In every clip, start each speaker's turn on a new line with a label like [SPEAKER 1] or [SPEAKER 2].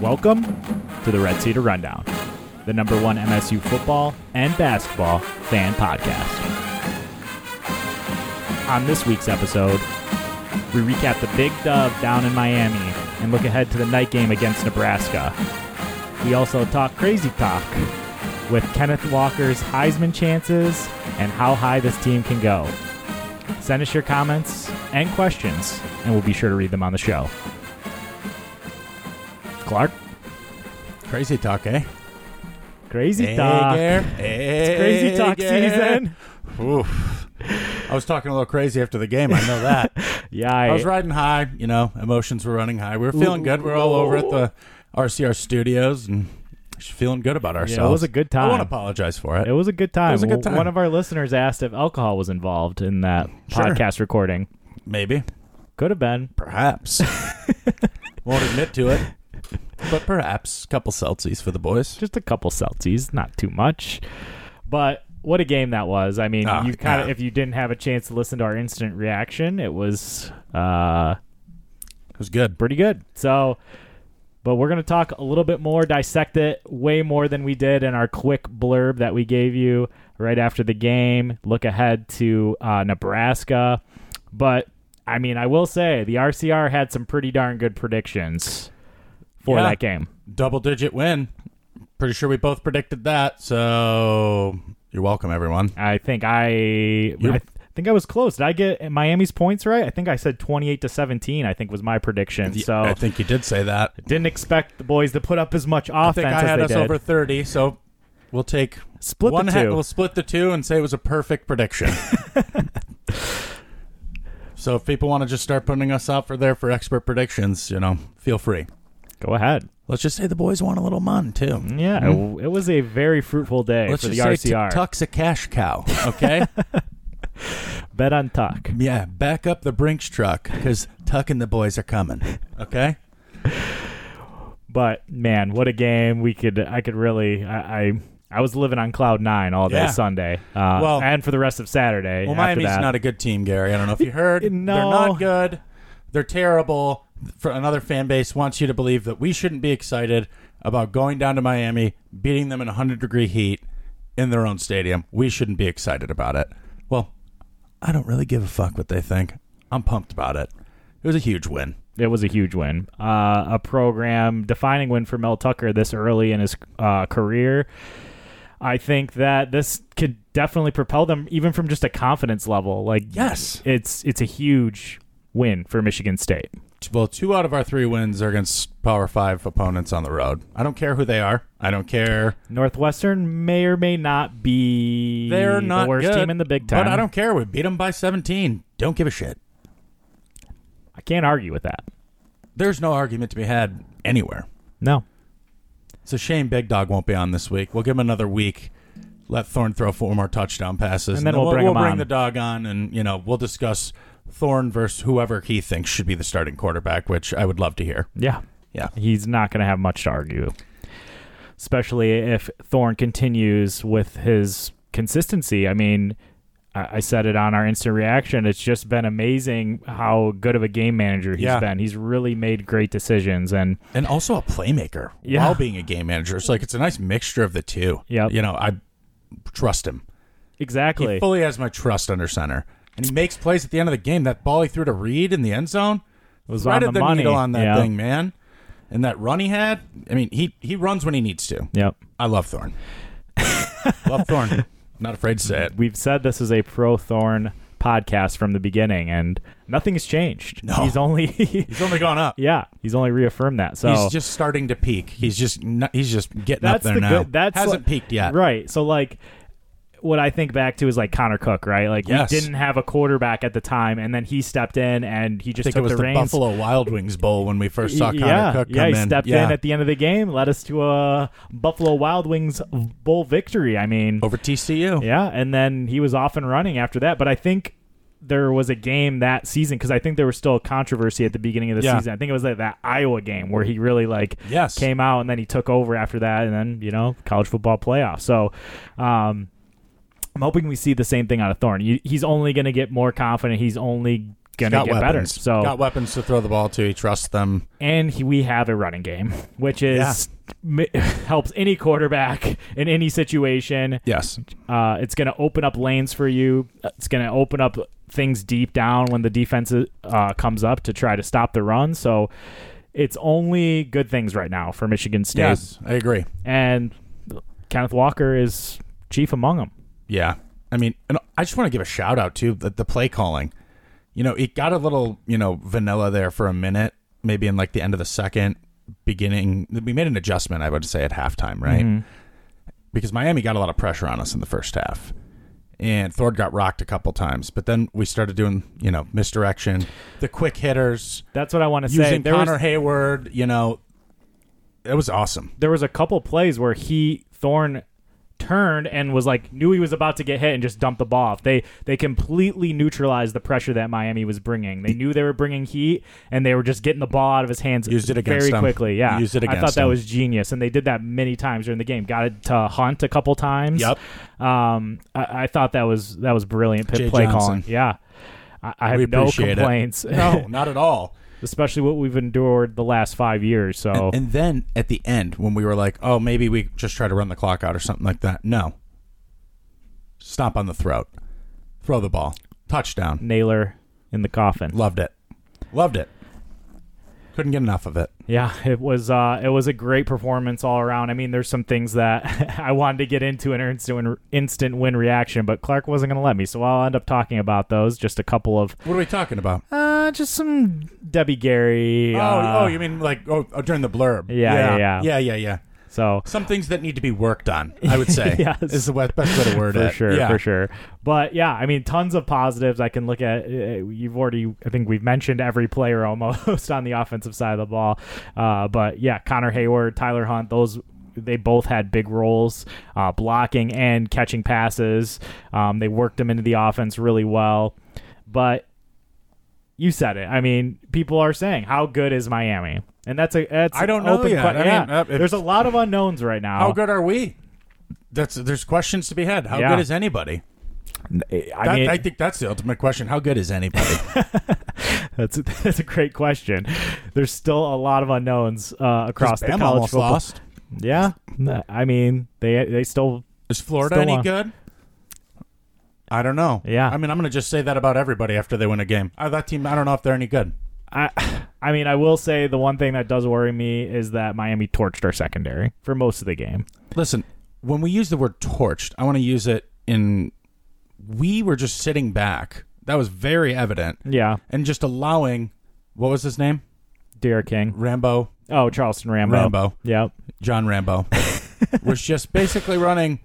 [SPEAKER 1] Welcome to the Red Cedar Rundown, the number one MSU football and basketball fan podcast. On this week's episode, we recap the big dove down in Miami and look ahead to the night game against Nebraska. We also talk crazy talk with Kenneth Walker's Heisman chances and how high this team can go. Send us your comments and questions, and we'll be sure to read them on the show. Clark,
[SPEAKER 2] Crazy talk, eh?
[SPEAKER 1] crazy talk. It's crazy talk season.
[SPEAKER 2] Oof. I was talking a little crazy after the game. I know that.
[SPEAKER 1] Yeah,
[SPEAKER 2] I was riding high. You know, emotions were running high. We were feeling good. We are all over at the RCR studios and just feeling good about ourselves.
[SPEAKER 1] was a good time.
[SPEAKER 2] I won't apologize for it.
[SPEAKER 1] It was a good time.
[SPEAKER 2] It was a good time.
[SPEAKER 1] One of our listeners asked if alcohol was involved in that
[SPEAKER 2] Sure.
[SPEAKER 1] podcast recording.
[SPEAKER 2] Maybe,
[SPEAKER 1] Could have been.
[SPEAKER 2] perhaps. won't admit to it, but perhaps a couple seltzies for the boys.
[SPEAKER 1] Just a couple Celtics, not too much. But what a game that was. I mean,
[SPEAKER 2] Ah,
[SPEAKER 1] you kind of
[SPEAKER 2] yeah.
[SPEAKER 1] if you didn't have a chance to listen to our instant reaction, it was uh
[SPEAKER 2] It was good.
[SPEAKER 1] pretty good. So, but we're going to talk a little bit more, dissect it way more than we did in our quick blurb that we gave you right after the game. Look ahead to uh, Nebraska. But, I mean, I will say the RCR had some pretty darn good predictions for
[SPEAKER 2] Yeah.
[SPEAKER 1] that game.
[SPEAKER 2] Double digit win. Pretty sure we both predicted that. So you're welcome, everyone.
[SPEAKER 1] I think I. I think I was close. Did I get Miami's points right? I think I said 28 to 17, I think was my prediction.
[SPEAKER 2] Yeah,
[SPEAKER 1] So
[SPEAKER 2] I think you did say that.
[SPEAKER 1] didn't expect the boys to put up as much
[SPEAKER 2] I
[SPEAKER 1] offense
[SPEAKER 2] think
[SPEAKER 1] as
[SPEAKER 2] I had
[SPEAKER 1] they
[SPEAKER 2] us
[SPEAKER 1] did.
[SPEAKER 2] over thirty, so we'll take
[SPEAKER 1] Split the
[SPEAKER 2] one ha-
[SPEAKER 1] two.
[SPEAKER 2] we'll split the two and say it was a perfect prediction. so if people want to just start putting us out for there for expert predictions, you know, feel free.
[SPEAKER 1] Go ahead.
[SPEAKER 2] Let's just say the boys want a little mun too.
[SPEAKER 1] Yeah, it, it was a very fruitful day
[SPEAKER 2] Mm-hmm. Hmm? Let's
[SPEAKER 1] for the
[SPEAKER 2] just say
[SPEAKER 1] RCR.
[SPEAKER 2] Tuck's a cash cow. Okay,
[SPEAKER 1] Bet on Tuck.
[SPEAKER 2] yeah, back up the Brinks truck because Tuck and the boys are coming. Okay,
[SPEAKER 1] But man, what a game! We could, I could really, I, I, I was living on cloud nine all day
[SPEAKER 2] Yeah.
[SPEAKER 1] Sunday, uh,
[SPEAKER 2] Well-
[SPEAKER 1] and for the rest of Saturday.
[SPEAKER 2] Well,
[SPEAKER 1] after
[SPEAKER 2] Miami's
[SPEAKER 1] that.
[SPEAKER 2] not a good team, Gary. I don't know if you heard. They're
[SPEAKER 1] No.
[SPEAKER 2] not good. They're terrible. For another fan base wants you to believe that we shouldn't be excited about going down to Miami, beating them in 100 degree heat in their own stadium. We shouldn't be excited about it. Well, I don't really give a fuck what they think. I'm pumped about it. It was a huge win.
[SPEAKER 1] It was a huge win, uh, a program defining win for Mel Tucker this early in his uh, career. I think that this could definitely propel them, even from just a confidence level. Like,
[SPEAKER 2] Yes.
[SPEAKER 1] it's it's a huge win for Michigan State.
[SPEAKER 2] Well, two out of our three wins are against Power Five opponents on the road. I don't care who they are. I don't care.
[SPEAKER 1] Northwestern may or may not be
[SPEAKER 2] They're not
[SPEAKER 1] the worst
[SPEAKER 2] good,
[SPEAKER 1] team in the Big Ten.
[SPEAKER 2] But I don't care. We beat them by 17. Don't give a shit.
[SPEAKER 1] I can't argue with that.
[SPEAKER 2] There's no argument to be had anywhere.
[SPEAKER 1] No.
[SPEAKER 2] It's a shame Big Dog won't be on this week. We'll give him another week. Let Thorne throw four more touchdown passes,
[SPEAKER 1] And then we'll bring him on.
[SPEAKER 2] the dog on, and you know we'll discuss Thorne versus whoever he thinks should be the starting quarterback, which I would love to hear.
[SPEAKER 1] Yeah.
[SPEAKER 2] Yeah,
[SPEAKER 1] He's not going to have much to argue, especially if Thorne continues with his consistency. I mean, I I said it on our instant reaction. It's just been amazing how good of a game manager he's
[SPEAKER 2] Yeah.
[SPEAKER 1] been. He's really made great decisions, and
[SPEAKER 2] and also a playmaker
[SPEAKER 1] Yeah.
[SPEAKER 2] while being a game manager. It's like it's a nice mixture of the two.
[SPEAKER 1] Yep.
[SPEAKER 2] you know I trust him.
[SPEAKER 1] exactly,
[SPEAKER 2] He fully has my trust under center, and he makes plays at the end of the game. That ball he threw to Reed in the end zone
[SPEAKER 1] was on
[SPEAKER 2] right at
[SPEAKER 1] the,
[SPEAKER 2] the
[SPEAKER 1] money
[SPEAKER 2] needle on that
[SPEAKER 1] Yeah.
[SPEAKER 2] thing, man. And that run he had, I mean, he he runs when he needs to.
[SPEAKER 1] Yep.
[SPEAKER 2] I love Thorn. love Thorn. Not afraid to say it.
[SPEAKER 1] we've said this is a pro Thorn podcast from the beginning, and nothing has changed.
[SPEAKER 2] No.
[SPEAKER 1] He's only,
[SPEAKER 2] He's only gone up.
[SPEAKER 1] yeah, he's only reaffirmed that. So
[SPEAKER 2] He's just starting to peak. He's just not, he's just getting up
[SPEAKER 1] that's
[SPEAKER 2] there
[SPEAKER 1] the
[SPEAKER 2] now.
[SPEAKER 1] good. That's
[SPEAKER 2] hasn't
[SPEAKER 1] like-
[SPEAKER 2] peaked yet.
[SPEAKER 1] right? So like. What I think back to is like Connor Cook, right? Like
[SPEAKER 2] Yes.
[SPEAKER 1] we didn't have a quarterback at the time, and then he stepped in and he
[SPEAKER 2] I
[SPEAKER 1] just
[SPEAKER 2] think
[SPEAKER 1] took
[SPEAKER 2] it was
[SPEAKER 1] the,
[SPEAKER 2] the,
[SPEAKER 1] reins.
[SPEAKER 2] Buffalo Wild Wings Bowl when we first saw Connor
[SPEAKER 1] yeah,
[SPEAKER 2] Cook come
[SPEAKER 1] yeah, he
[SPEAKER 2] in.
[SPEAKER 1] stepped
[SPEAKER 2] yeah.
[SPEAKER 1] in at the end of the game, led us to a Buffalo Wild Wings bowl victory. I mean,
[SPEAKER 2] over TCU.
[SPEAKER 1] yeah, and then he was off and running after that. But I think there was a game that season because I think there was still a controversy at the beginning of the
[SPEAKER 2] Yeah.
[SPEAKER 1] season. I think it was like that Iowa game where he really like
[SPEAKER 2] Yes.
[SPEAKER 1] came out and then he took over after that, and then you know college football playoff. So. um I'm hoping we see the same thing out of Thorne. You- He's only going to get more confident. He's only gonna
[SPEAKER 2] Got
[SPEAKER 1] get better.
[SPEAKER 2] weapons.
[SPEAKER 1] So
[SPEAKER 2] got weapons to throw the ball to. He trusts them.
[SPEAKER 1] and he, we have a running game, which is mi helps any quarterback in any situation.
[SPEAKER 2] Yes.
[SPEAKER 1] Uh, it's going to open up lanes for you. Uh, It's going to open up things deep down when the defense uh, comes up to try to stop the run. So it's only good things right now for Michigan State,
[SPEAKER 2] Yes, I agree.
[SPEAKER 1] and Kenneth Walker is chief among them.
[SPEAKER 2] Yeah. I mean, and I just want to give a shout out to the, the play calling. You know, it got a little, you know, vanilla there for a minute, maybe in like the end of the second, beginning. We made an adjustment, I would say, at halftime, right?
[SPEAKER 1] Mm-hmm.
[SPEAKER 2] Because Miami got a lot of pressure on us in the first half. And Thord got rocked a couple times, but then we started doing, you know, misdirection, the quick hitters,
[SPEAKER 1] That's what I want to say.
[SPEAKER 2] using
[SPEAKER 1] There was-
[SPEAKER 2] Connor Hayward. You know, it was awesome.
[SPEAKER 1] there was a couple plays where he Thorne turned and was like knew he was about to get hit and just dumped the ball off. They they completely neutralized the pressure that Miami was bringing. They knew they were bringing heat and they were just getting the ball out of his hands
[SPEAKER 2] Used it against
[SPEAKER 1] very
[SPEAKER 2] him.
[SPEAKER 1] quickly. Yeah.
[SPEAKER 2] Used it
[SPEAKER 1] I thought
[SPEAKER 2] against
[SPEAKER 1] that
[SPEAKER 2] him.
[SPEAKER 1] was genius and they did that many times during the game. Got it to Hunt a couple times.
[SPEAKER 2] Yep.
[SPEAKER 1] Um I, I thought that was that was brilliant pit
[SPEAKER 2] Jay
[SPEAKER 1] play
[SPEAKER 2] Johnson.
[SPEAKER 1] calling. Yeah. I, I have
[SPEAKER 2] We
[SPEAKER 1] no
[SPEAKER 2] appreciate it.
[SPEAKER 1] complaints.
[SPEAKER 2] No, not at all.
[SPEAKER 1] Especially what we've endured the last five years. So
[SPEAKER 2] And then at the end, when we were like, oh, maybe we just try to run the clock out or something like that. No. Stomp on the throat. Throw the ball. Touchdown.
[SPEAKER 1] Naylor in the coffin.
[SPEAKER 2] Loved it. Loved it. Couldn't get enough of it.
[SPEAKER 1] Yeah, it was uh, it was a great performance all around. I mean, there's some things that I wanted to get into an instant win, instant win reaction, but Clark wasn't going to let me, so I'll end up talking about those. Just a couple of
[SPEAKER 2] What are we talking about?
[SPEAKER 1] uh, just some Debbie Gary. uh,
[SPEAKER 2] oh, oh, you mean like oh, oh, during the blurb?
[SPEAKER 1] Yeah, yeah,
[SPEAKER 2] yeah,
[SPEAKER 1] yeah.
[SPEAKER 2] yeah, yeah, yeah.
[SPEAKER 1] so
[SPEAKER 2] Some things that need to be worked on. I would say
[SPEAKER 1] Yes.
[SPEAKER 2] is the we- best way to word
[SPEAKER 1] for
[SPEAKER 2] it.
[SPEAKER 1] sure,
[SPEAKER 2] Yeah.
[SPEAKER 1] for sure. But yeah, I mean, tons of positives. I can look at. uh, You've already, I think we've mentioned every player almost on the offensive side of the ball. Uh, but yeah, Connor Hayward, Tyler Hunt, those. They both had big roles, uh, blocking and catching passes. Um, they worked them into the offense really well. But you said it. I mean, people are saying, "How good is Miami?" And that's a that's
[SPEAKER 2] I don't
[SPEAKER 1] an
[SPEAKER 2] know
[SPEAKER 1] open
[SPEAKER 2] yet.
[SPEAKER 1] que-
[SPEAKER 2] I mean,
[SPEAKER 1] yeah.
[SPEAKER 2] uh, if-
[SPEAKER 1] There's a lot of unknowns right now.
[SPEAKER 2] How good are we? That's there's questions to be had. How
[SPEAKER 1] Yeah.
[SPEAKER 2] good is anybody?
[SPEAKER 1] I
[SPEAKER 2] That,
[SPEAKER 1] mean,
[SPEAKER 2] I think that's the ultimate question. How good is anybody?
[SPEAKER 1] That's a, that's a great question. There's still a lot of unknowns uh, across the
[SPEAKER 2] Bama
[SPEAKER 1] college
[SPEAKER 2] almost
[SPEAKER 1] football.
[SPEAKER 2] lost.
[SPEAKER 1] Yeah, I mean they they still
[SPEAKER 2] Is Florida
[SPEAKER 1] Still
[SPEAKER 2] any
[SPEAKER 1] on.
[SPEAKER 2] good? I don't know.
[SPEAKER 1] Yeah.
[SPEAKER 2] I mean, I'm going to just say that about everybody after they win a game. Uh, that team, I don't know if they're any good.
[SPEAKER 1] I I mean I will say the one thing that does worry me is that Miami torched our secondary for most of the game.
[SPEAKER 2] Listen, when we use the word torched, I want to use it in we were just sitting back. That was very evident.
[SPEAKER 1] Yeah,
[SPEAKER 2] And just allowing what was his name?
[SPEAKER 1] Derek King.
[SPEAKER 2] Rambo,
[SPEAKER 1] Oh, Charleston Rambo.
[SPEAKER 2] Rambo.
[SPEAKER 1] Yep.
[SPEAKER 2] John Rambo was just basically running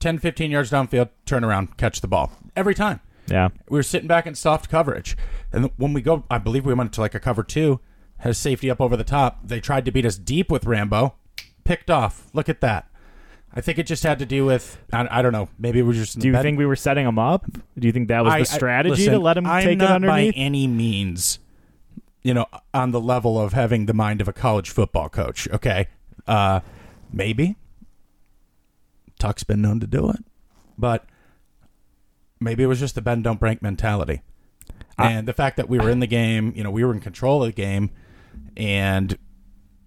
[SPEAKER 2] 10 15 yards downfield, turn around, catch the ball. Every time.
[SPEAKER 1] Yeah.
[SPEAKER 2] we were sitting back in soft coverage. And when we go, I believe we went to like a cover two, has safety up over the top. They tried to beat us deep with Rambo, picked off. Look at that. I think it just had to do with, I, I don't know, maybe we're just.
[SPEAKER 1] Do you think we were setting him up? Do you think that was the strategy to let him
[SPEAKER 2] I'm
[SPEAKER 1] take
[SPEAKER 2] not
[SPEAKER 1] it underneath?
[SPEAKER 2] By any means, you know, on the level of having the mind of a college football coach, okay? Uh, maybe. Tuck's been known to do it, but maybe it was just the bend don't break mentality, and the fact that we were in the game, you know, we were in control of the game, and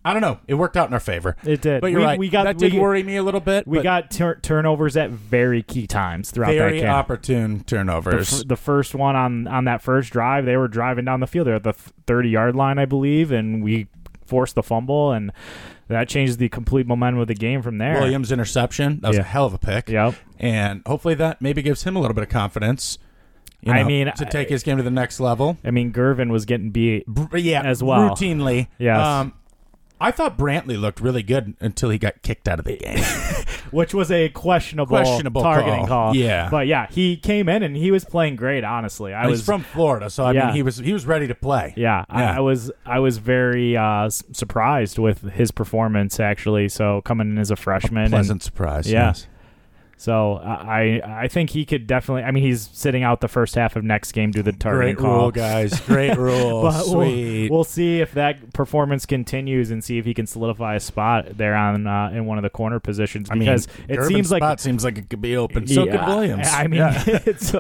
[SPEAKER 2] I don't know, it worked out in our favor.
[SPEAKER 1] It did.
[SPEAKER 2] but you're
[SPEAKER 1] We-
[SPEAKER 2] right.
[SPEAKER 1] we got-
[SPEAKER 2] that did
[SPEAKER 1] we-
[SPEAKER 2] worry me a little bit.
[SPEAKER 1] we
[SPEAKER 2] but
[SPEAKER 1] got tur- turnovers at very key times throughout that
[SPEAKER 2] very
[SPEAKER 1] game.
[SPEAKER 2] opportune turnovers.
[SPEAKER 1] f- the first one on on that first drive, they were driving down the field. They're at the thirty yard line, I believe, and we forced the fumble, and that changes the complete momentum of the game from there.
[SPEAKER 2] Williams interception. That was a
[SPEAKER 1] Yeah.
[SPEAKER 2] hell of a pick.
[SPEAKER 1] Yep.
[SPEAKER 2] And hopefully that maybe gives him a little bit of confidence. you
[SPEAKER 1] I
[SPEAKER 2] know,
[SPEAKER 1] mean,
[SPEAKER 2] to
[SPEAKER 1] I-
[SPEAKER 2] take his game to the next level.
[SPEAKER 1] I mean, Gervin was getting beat.
[SPEAKER 2] Br- yeah,
[SPEAKER 1] As well.
[SPEAKER 2] routinely. Um,
[SPEAKER 1] Yes.
[SPEAKER 2] I thought Brantley looked really good until he got kicked out of the game.
[SPEAKER 1] which was a questionable,
[SPEAKER 2] Questionable
[SPEAKER 1] targeting
[SPEAKER 2] call.
[SPEAKER 1] call.
[SPEAKER 2] Yeah.
[SPEAKER 1] but yeah, he came in and he was playing great. Honestly, I
[SPEAKER 2] He's
[SPEAKER 1] was
[SPEAKER 2] from Florida, so I
[SPEAKER 1] Yeah.
[SPEAKER 2] mean, he was he was ready to play.
[SPEAKER 1] Yeah,
[SPEAKER 2] Yeah.
[SPEAKER 1] I, I was I was very uh, s- surprised with his performance actually. So coming in as a freshman, and
[SPEAKER 2] pleasant surprise.
[SPEAKER 1] Yeah.
[SPEAKER 2] Yes.
[SPEAKER 1] So I I I think he could definitely. I mean, he's sitting out the first half of next game due to the targeting
[SPEAKER 2] Great
[SPEAKER 1] call.
[SPEAKER 2] rule, guys. Great rule.
[SPEAKER 1] But
[SPEAKER 2] Sweet.
[SPEAKER 1] We'll, we'll see if that performance continues and see if he can solidify a spot there on uh, in one of the corner positions
[SPEAKER 2] I mean,
[SPEAKER 1] because it
[SPEAKER 2] Durbin's
[SPEAKER 1] seems like
[SPEAKER 2] spot seems like it could be open. So
[SPEAKER 1] Yeah,
[SPEAKER 2] could Williams.
[SPEAKER 1] I mean,
[SPEAKER 2] Yeah.
[SPEAKER 1] it's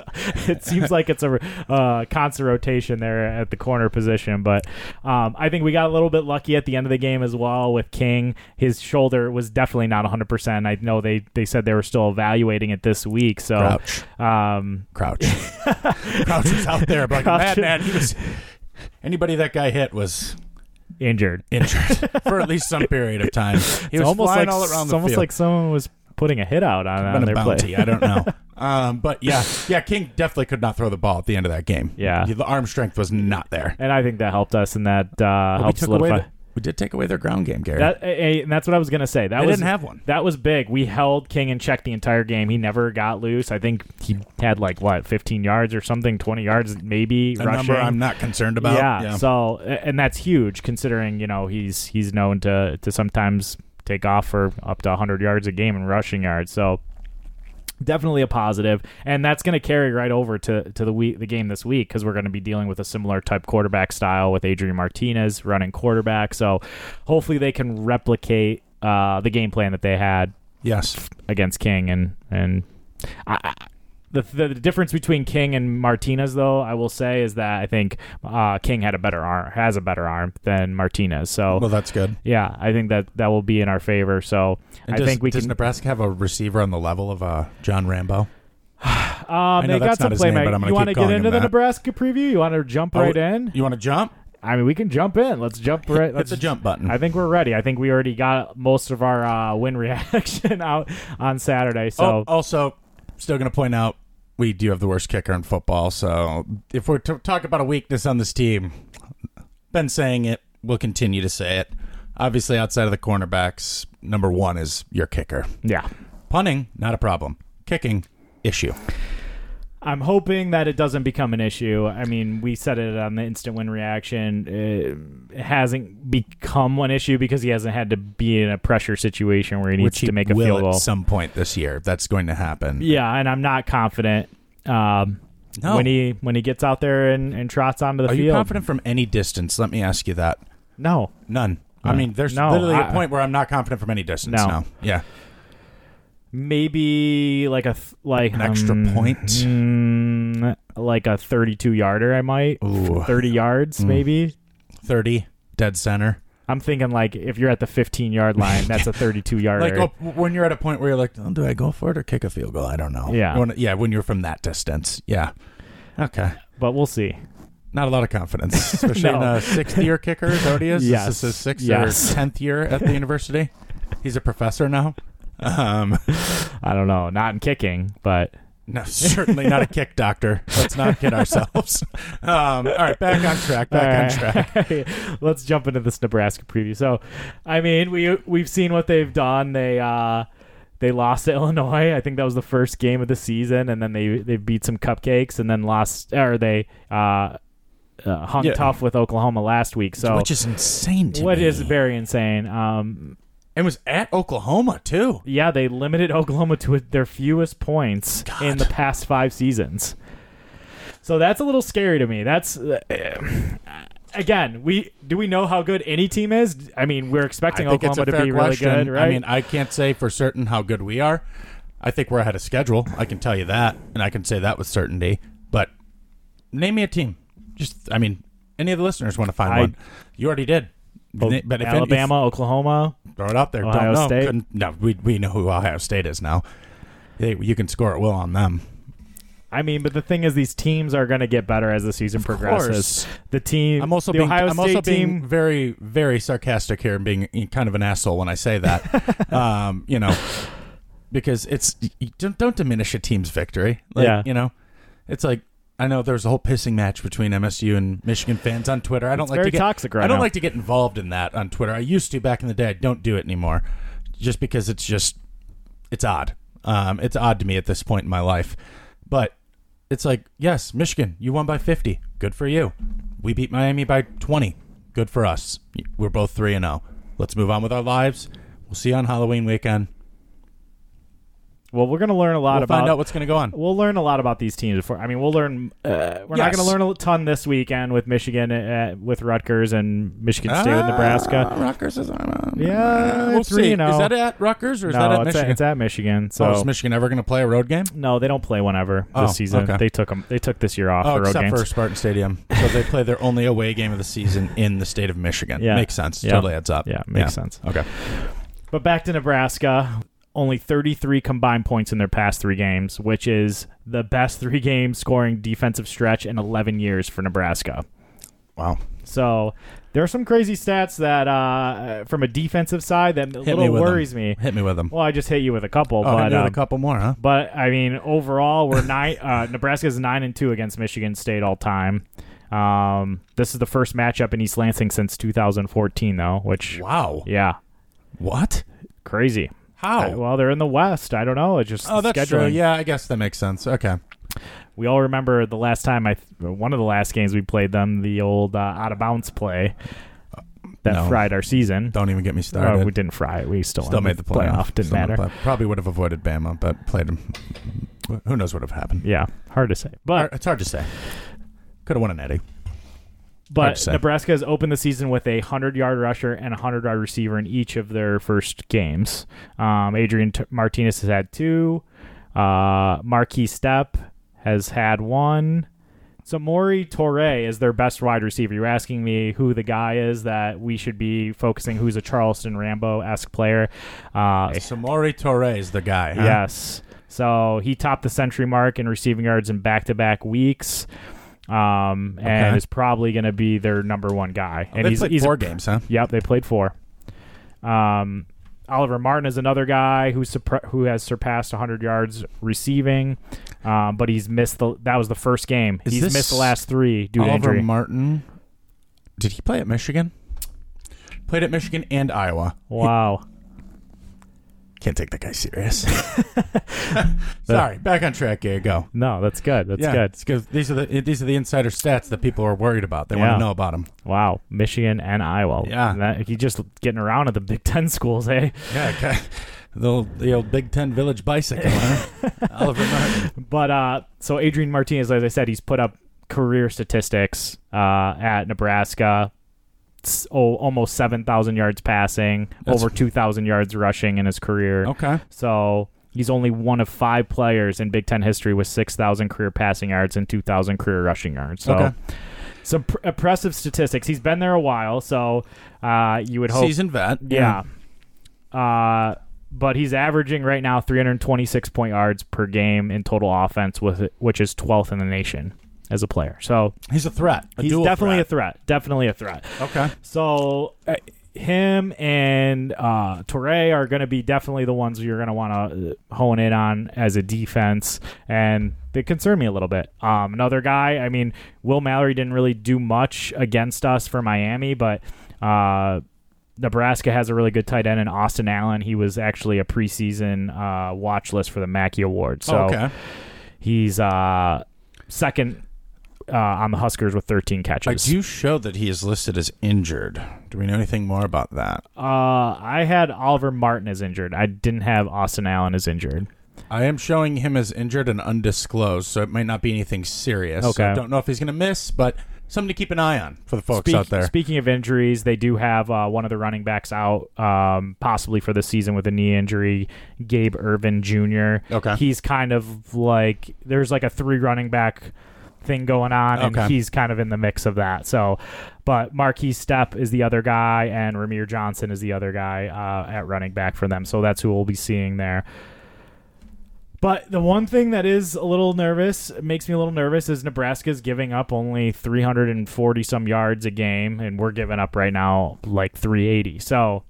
[SPEAKER 1] it seems like it's a uh, constant rotation there at the corner position, but um, I think we got a little bit lucky at the end of the game as well with King. His shoulder was definitely not 100. percent I know they they said they were still evaluating it this week, so
[SPEAKER 2] Crouch,
[SPEAKER 1] um,
[SPEAKER 2] Crouch, Crouch was out there, but like a
[SPEAKER 1] Crouch.
[SPEAKER 2] madman. He was. Anybody that guy hit was
[SPEAKER 1] injured.
[SPEAKER 2] injured for at least some period of time. He was
[SPEAKER 1] almost
[SPEAKER 2] flying
[SPEAKER 1] like
[SPEAKER 2] all around
[SPEAKER 1] it's
[SPEAKER 2] the
[SPEAKER 1] almost
[SPEAKER 2] field.
[SPEAKER 1] like someone was putting a hit out on, on
[SPEAKER 2] been a
[SPEAKER 1] their play.
[SPEAKER 2] bounty. I don't know. Um, but yeah, yeah, King definitely could not throw the ball at the end of that game.
[SPEAKER 1] Yeah.
[SPEAKER 2] the arm strength was not there.
[SPEAKER 1] And I think that helped us, and that uh,
[SPEAKER 2] we
[SPEAKER 1] helped
[SPEAKER 2] took away.
[SPEAKER 1] solidify.
[SPEAKER 2] The, we did take away their ground game, Gary.
[SPEAKER 1] That, eh, eh, and that's what I was gonna say. That
[SPEAKER 2] they
[SPEAKER 1] was
[SPEAKER 2] didn't have one.
[SPEAKER 1] That was big. We held King in check the entire game. He never got loose. I think he had like what 15 yards or something, 20 yards maybe
[SPEAKER 2] A
[SPEAKER 1] rushing.
[SPEAKER 2] number I'm not concerned about.
[SPEAKER 1] yeah, So a- and that's huge considering, you know, he's he's known to to sometimes take off for up to 100 yards a game in rushing yards. So definitely a positive and that's going to carry right over to to the week the game this week because we're going to be dealing with a similar type quarterback style with adrian martinez running quarterback so hopefully they can replicate uh, the game plan that they had
[SPEAKER 2] yes.
[SPEAKER 1] against King and and I, I- the, the the difference between King and Martinez though I will say is that I think uh, King had a better arm has a better arm than Martinez so
[SPEAKER 2] Well, that's good.
[SPEAKER 1] yeah I think that that will be in our favor so
[SPEAKER 2] And
[SPEAKER 1] I
[SPEAKER 2] does,
[SPEAKER 1] think we
[SPEAKER 2] does
[SPEAKER 1] can
[SPEAKER 2] Nebraska have a receiver on the level of uh, John Rambo?
[SPEAKER 1] um,
[SPEAKER 2] know
[SPEAKER 1] they
[SPEAKER 2] that's
[SPEAKER 1] got
[SPEAKER 2] not
[SPEAKER 1] some
[SPEAKER 2] his name, but
[SPEAKER 1] playmaking
[SPEAKER 2] I'm gonna
[SPEAKER 1] you want to
[SPEAKER 2] keep
[SPEAKER 1] get into
[SPEAKER 2] calling him
[SPEAKER 1] the
[SPEAKER 2] that.
[SPEAKER 1] Nebraska preview you want to jump right in
[SPEAKER 2] You want to jump?
[SPEAKER 1] I mean we can jump in let's jump right
[SPEAKER 2] Hit
[SPEAKER 1] let's
[SPEAKER 2] the jump button.
[SPEAKER 1] I think we're ready I think we already got most of our uh, win reaction out on Saturday so
[SPEAKER 2] Oh, also, still going to point out we do have the worst kicker in football. So if we're to talk about a weakness on this team, been saying it, we'll continue to say it. Obviously, outside of the cornerbacks, number one is your kicker.
[SPEAKER 1] yeah
[SPEAKER 2] Punting, not a problem. Kicking, issue.
[SPEAKER 1] I'm hoping that it doesn't become an issue. I mean, we said it on the instant win reaction. It hasn't become an issue because he hasn't had to be in a pressure situation where he needs
[SPEAKER 2] Which he
[SPEAKER 1] to make a
[SPEAKER 2] will
[SPEAKER 1] field goal.
[SPEAKER 2] at some point this year. That's going to happen.
[SPEAKER 1] yeah, and I'm not confident um,
[SPEAKER 2] No.
[SPEAKER 1] when he when he gets out there and, and trots onto the
[SPEAKER 2] Are
[SPEAKER 1] field.
[SPEAKER 2] you confident from any distance? Let me ask you that.
[SPEAKER 1] No,
[SPEAKER 2] None. I
[SPEAKER 1] No.
[SPEAKER 2] mean, there's
[SPEAKER 1] No,
[SPEAKER 2] literally a
[SPEAKER 1] I-
[SPEAKER 2] point where I'm not confident from any distance
[SPEAKER 1] No.
[SPEAKER 2] now. Yeah.
[SPEAKER 1] maybe like a th- like
[SPEAKER 2] An extra
[SPEAKER 1] um,
[SPEAKER 2] point?
[SPEAKER 1] mm, like a 32 yarder. I might
[SPEAKER 2] Ooh. Mm.
[SPEAKER 1] 30 yards maybe.
[SPEAKER 2] 30, dead center.
[SPEAKER 1] I'm thinking like if you're at the 15 yard line, that's a 32 yarder.
[SPEAKER 2] Like oh, when you're at a point where you're like, oh, do I go for it or kick a field goal? I don't know.
[SPEAKER 1] Yeah.
[SPEAKER 2] When- yeah, when you're from that distance. Yeah. Okay.
[SPEAKER 1] but we'll see.
[SPEAKER 2] Not a lot of confidence, especially in
[SPEAKER 1] No.
[SPEAKER 2] a sixth year kicker. Is that what he is?
[SPEAKER 1] Yes.
[SPEAKER 2] This is his sixth
[SPEAKER 1] Yes.
[SPEAKER 2] or tenth year at the university. He's a professor now. Um,
[SPEAKER 1] I don't know, not in kicking, but
[SPEAKER 2] no, certainly not a kick doctor. Let's not kid ourselves. Um, all right, back on track. Back on
[SPEAKER 1] All
[SPEAKER 2] track.
[SPEAKER 1] right. Let's jump into this Nebraska preview. So, I mean, we we've seen what they've done. They uh they lost to Illinois. I think that was the first game of the season, and then they they beat some cupcakes, and then lost or they uh, uh hung
[SPEAKER 2] Yeah.
[SPEAKER 1] tough with Oklahoma last week. So,
[SPEAKER 2] Which is insane to
[SPEAKER 1] what
[SPEAKER 2] me.
[SPEAKER 1] is very insane. Um,
[SPEAKER 2] It was at Oklahoma too.
[SPEAKER 1] yeah, they limited Oklahoma to their fewest points in
[SPEAKER 2] God.
[SPEAKER 1] the past five seasons. So that's a little scary to me. That's uh, again, we do we know how good any team is? I mean, we're expecting Oklahoma to be really good, right?
[SPEAKER 2] I mean, I can't say for certain how good we are. I think we're ahead of schedule. I can tell you that, and I can say that with certainty. But name me a team. Just, I mean, any of the listeners want to find
[SPEAKER 1] I-
[SPEAKER 2] one? You already did. Na- but if any-
[SPEAKER 1] Alabama, Oklahoma,
[SPEAKER 2] if- throw it out there.
[SPEAKER 1] Ohio
[SPEAKER 2] Don't know.
[SPEAKER 1] State.
[SPEAKER 2] Couldn't- no, we we know who Ohio State is now. They, you can score at will on them.
[SPEAKER 1] I mean, but the thing is, these teams are going to get better as the season progresses.
[SPEAKER 2] course.
[SPEAKER 1] The team,
[SPEAKER 2] I'm also
[SPEAKER 1] the
[SPEAKER 2] being,
[SPEAKER 1] Ohio
[SPEAKER 2] I'm
[SPEAKER 1] State
[SPEAKER 2] also being
[SPEAKER 1] team,
[SPEAKER 2] very very sarcastic here and being kind of an asshole when I say that. um, you know, because it's y- y- don't don't diminish a team's victory. Like,
[SPEAKER 1] Yeah.
[SPEAKER 2] you know, it's like I know there's a whole pissing match between MSU and Michigan fans on Twitter. I don't
[SPEAKER 1] It's
[SPEAKER 2] like
[SPEAKER 1] very
[SPEAKER 2] to get
[SPEAKER 1] toxic right
[SPEAKER 2] I don't
[SPEAKER 1] now.
[SPEAKER 2] like to get involved in that on Twitter. I used to back in the day. I don't do it anymore, just because it's just it's odd. Um, it's odd to me at this point in my life, but it's like, yes, Michigan, you won by 50. Good for you. We beat Miami by 20. Good for us. We're both oh. 3 and 0. Let's move on with our lives. We'll see you on Halloween weekend.
[SPEAKER 1] Well, we're going to learn a lot
[SPEAKER 2] We'll
[SPEAKER 1] about
[SPEAKER 2] find out what's going to go on.
[SPEAKER 1] We'll learn a lot about these teams before. I mean, we'll learn. we're not
[SPEAKER 2] Uh, yes.
[SPEAKER 1] going to learn a ton this weekend with Michigan, uh, with Rutgers, and Michigan State and
[SPEAKER 2] Ah,
[SPEAKER 1] Nebraska.
[SPEAKER 2] Rutgers is on. um, uh,
[SPEAKER 1] Yeah,
[SPEAKER 2] we'll
[SPEAKER 1] it's three
[SPEAKER 2] see.
[SPEAKER 1] and oh.
[SPEAKER 2] Is that at Rutgers or is
[SPEAKER 1] no,
[SPEAKER 2] that at
[SPEAKER 1] it's,
[SPEAKER 2] Michigan?
[SPEAKER 1] At, it's at Michigan. So
[SPEAKER 2] oh, is Michigan ever going to play a road game?
[SPEAKER 1] no, they don't play whenever
[SPEAKER 2] Oh,
[SPEAKER 1] this season.
[SPEAKER 2] okay.
[SPEAKER 1] They took 'em- They took this year off
[SPEAKER 2] Oh,
[SPEAKER 1] for road
[SPEAKER 2] except
[SPEAKER 1] games.
[SPEAKER 2] for Spartan Stadium. So they play their only away game of the season in the state of Michigan.
[SPEAKER 1] Yeah.
[SPEAKER 2] Makes sense.
[SPEAKER 1] Yeah.
[SPEAKER 2] Totally adds up.
[SPEAKER 1] yeah, makes sense.
[SPEAKER 2] Okay.
[SPEAKER 1] But back to Nebraska, only 33 combined points in their past three games, which is the best three game scoring defensive stretch in 11 years for Nebraska.
[SPEAKER 2] Wow.
[SPEAKER 1] So there are some crazy stats that, uh, from a defensive side, that a
[SPEAKER 2] Hit
[SPEAKER 1] little
[SPEAKER 2] me with
[SPEAKER 1] worries
[SPEAKER 2] them.
[SPEAKER 1] me.
[SPEAKER 2] Hit me with them.
[SPEAKER 1] Well, I just hit you with a couple,
[SPEAKER 2] oh, hit
[SPEAKER 1] but
[SPEAKER 2] me with
[SPEAKER 1] um,
[SPEAKER 2] a couple more, huh?
[SPEAKER 1] but I mean, overall, we're nine. Uh, Nebraska's nine and two against Michigan State all time. Um, this is the first matchup in East Lansing since 2014, though. Which,
[SPEAKER 2] Wow.
[SPEAKER 1] yeah,
[SPEAKER 2] What?
[SPEAKER 1] crazy.
[SPEAKER 2] How?
[SPEAKER 1] Uh, well, they're in the West. I don't know. It's just
[SPEAKER 2] oh, that's
[SPEAKER 1] scheduling.
[SPEAKER 2] true. Yeah, I guess that makes sense. Okay.
[SPEAKER 1] We all remember the last time I, one of the last games we played them, the old uh, out of bounds play that
[SPEAKER 2] Uh, No.
[SPEAKER 1] fried our season.
[SPEAKER 2] Don't even get me started.
[SPEAKER 1] Uh, we didn't fry it. We still,
[SPEAKER 2] Still
[SPEAKER 1] won
[SPEAKER 2] made the playoff.
[SPEAKER 1] Didn't
[SPEAKER 2] Still made the
[SPEAKER 1] matter.
[SPEAKER 2] playoff. Probably would have avoided Bama, but played him. Who knows what would have happened?
[SPEAKER 1] Yeah, hard to say. But
[SPEAKER 2] Hard- It's hard to say. Could have won an Eddie. hard to
[SPEAKER 1] But
[SPEAKER 2] say.
[SPEAKER 1] Nebraska has opened the season with a 100 yard rusher and a 100 yard receiver in each of their first games. Um, Adrian T- Martinez has had two. Uh, Marquis Step has had one. So Maury Torre is their best wide receiver. You're asking me who the guy is that we should be focusing, who's a Charleston Rambo esque player. Uh,
[SPEAKER 2] Samori Torre is the guy. Huh?
[SPEAKER 1] Yes. So he topped the century mark in receiving yards in back to back weeks. Um, and
[SPEAKER 2] Okay. Oh,
[SPEAKER 1] is probably going to be their number one guy.
[SPEAKER 2] They
[SPEAKER 1] and he's,
[SPEAKER 2] played
[SPEAKER 1] he's
[SPEAKER 2] four games, huh?
[SPEAKER 1] Yep, they played four. Um, Oliver Martin is another guy who surpr who has surpassed 100 yards receiving, um, but he's missed the that was the first game.
[SPEAKER 2] Is
[SPEAKER 1] he's
[SPEAKER 2] this
[SPEAKER 1] missed the last three due to
[SPEAKER 2] Oliver
[SPEAKER 1] injury.
[SPEAKER 2] Martin. Did he play at Michigan? Played at Michigan and Iowa.
[SPEAKER 1] wow.
[SPEAKER 2] Can't take that guy serious. Sorry, back on track. Here, go.
[SPEAKER 1] No, that's good. That's
[SPEAKER 2] yeah,
[SPEAKER 1] good.
[SPEAKER 2] it's 'cause these are the these are the insider stats that people are worried about. They want
[SPEAKER 1] Yeah.
[SPEAKER 2] to know about them.
[SPEAKER 1] Wow, Michigan and Iowa.
[SPEAKER 2] Yeah.
[SPEAKER 1] that, he just getting around at the Big Ten schools, eh?
[SPEAKER 2] Yeah, okay. the old, the old Big Ten Village bicycle. huh? Oliver Martin.
[SPEAKER 1] But uh, so Adrian Martinez, as I said, he's put up career statistics uh, at Nebraska. It's, oh, almost seven thousand yards passing,
[SPEAKER 2] That's-
[SPEAKER 1] over two thousand yards rushing in his career.
[SPEAKER 2] Okay.
[SPEAKER 1] So he's only one of five players in Big Ten history with six thousand career passing yards and two thousand career rushing yards. So
[SPEAKER 2] Okay.
[SPEAKER 1] some pr- impressive statistics. He's been there a while, so uh, you would hope
[SPEAKER 2] Seasoned vet.
[SPEAKER 1] yeah.
[SPEAKER 2] Mm.
[SPEAKER 1] Uh, but he's averaging right now 326 point yards per game in total offense, with which is 12th in the nation as a player. So
[SPEAKER 2] He's a threat. A
[SPEAKER 1] he's
[SPEAKER 2] dual
[SPEAKER 1] definitely a threat. Definitely a threat.
[SPEAKER 2] Okay.
[SPEAKER 1] So uh, him and uh, Torre are going to be definitely the ones you're going to want to hone in on as a defense, and they concern me a little bit. Um, another guy, I mean, Will Mallory didn't really do much against us for Miami, but. Uh, Nebraska has a really good tight end in Austin Allen. He was actually a preseason uh, watch list for the Mackey Award. So
[SPEAKER 2] Oh, okay.
[SPEAKER 1] he's uh, second uh, on the Huskers with 13 catches.
[SPEAKER 2] I do show that he is listed as injured. Do we know anything more about that?
[SPEAKER 1] Uh, I had Oliver Martin as injured. I didn't have Austin Allen as injured.
[SPEAKER 2] I am showing him as injured and undisclosed, so it might not be anything serious.
[SPEAKER 1] Okay.
[SPEAKER 2] I don't know if he's going to miss, but something to keep an eye on for the folks
[SPEAKER 1] Speak-
[SPEAKER 2] out there.
[SPEAKER 1] Speaking of injuries, they do have uh, one of the running backs out, um, possibly for the season with a knee injury. Gabe Irvin Jr.
[SPEAKER 2] Okay.
[SPEAKER 1] he's kind of like there's like a three running back thing going on, and
[SPEAKER 2] Okay.
[SPEAKER 1] he's kind of in the mix of that. So, but Marquis Step is the other guy, and Ramir Johnson is the other guy uh, at running back for them. So that's who we'll be seeing there. But the one thing that is a little nervous, makes me a little nervous, is Nebraska's giving up only 340 some yards a game, and we're giving up right now like 380. So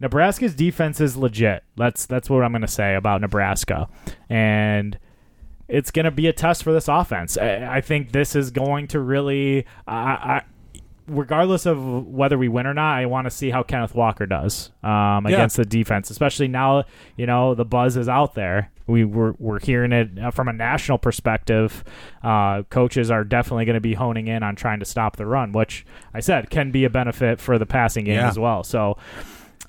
[SPEAKER 1] Nebraska's defense is legit. That's that's what I'm going to say about Nebraska, and it's going to be a test for this offense. I, I think this is going to really. I, I, regardless of whether we win or not, I want to see how Kenneth Walker does um,
[SPEAKER 2] Yeah.
[SPEAKER 1] against the defense, especially now. You know, the buzz is out there. We we're, we're hearing it uh, from a national perspective. Uh, coaches are definitely going to be honing in on trying to stop the run, which I said can be a benefit for the passing game
[SPEAKER 2] Yeah.
[SPEAKER 1] as well. So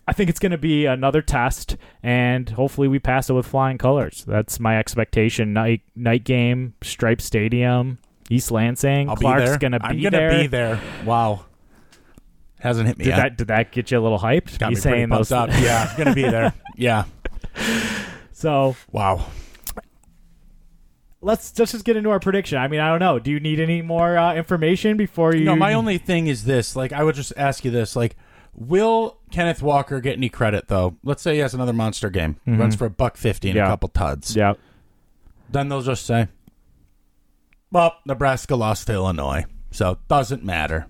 [SPEAKER 1] I think it's going to be another test, and hopefully we pass it with flying colors. That's my expectation. Night night game, Stripe Stadium, East Lansing.
[SPEAKER 2] I'll
[SPEAKER 1] Clark's
[SPEAKER 2] be there.
[SPEAKER 1] going to
[SPEAKER 2] I'm
[SPEAKER 1] be
[SPEAKER 2] gonna
[SPEAKER 1] there.
[SPEAKER 2] be there. Wow. Hasn't hit me
[SPEAKER 1] Did
[SPEAKER 2] yet.
[SPEAKER 1] that did that get you a little hyped?
[SPEAKER 2] Got
[SPEAKER 1] me
[SPEAKER 2] me pretty
[SPEAKER 1] saying
[SPEAKER 2] pumped
[SPEAKER 1] those.
[SPEAKER 2] up. Yeah, gonna be there. Yeah.
[SPEAKER 1] So
[SPEAKER 2] Wow.
[SPEAKER 1] let's let's just get into our prediction. I mean, I don't know. Do you need any more uh, information before you?
[SPEAKER 2] No, my only thing is this. Like, I would just ask you this. Like, will Kenneth Walker get any credit though? Let's say he has another monster game, runs for a buck fifty and
[SPEAKER 1] Mm-hmm. Yeah.
[SPEAKER 2] a couple tuds.
[SPEAKER 1] Yeah.
[SPEAKER 2] Then they'll just say, "Well, Nebraska lost to Illinois, so it doesn't matter."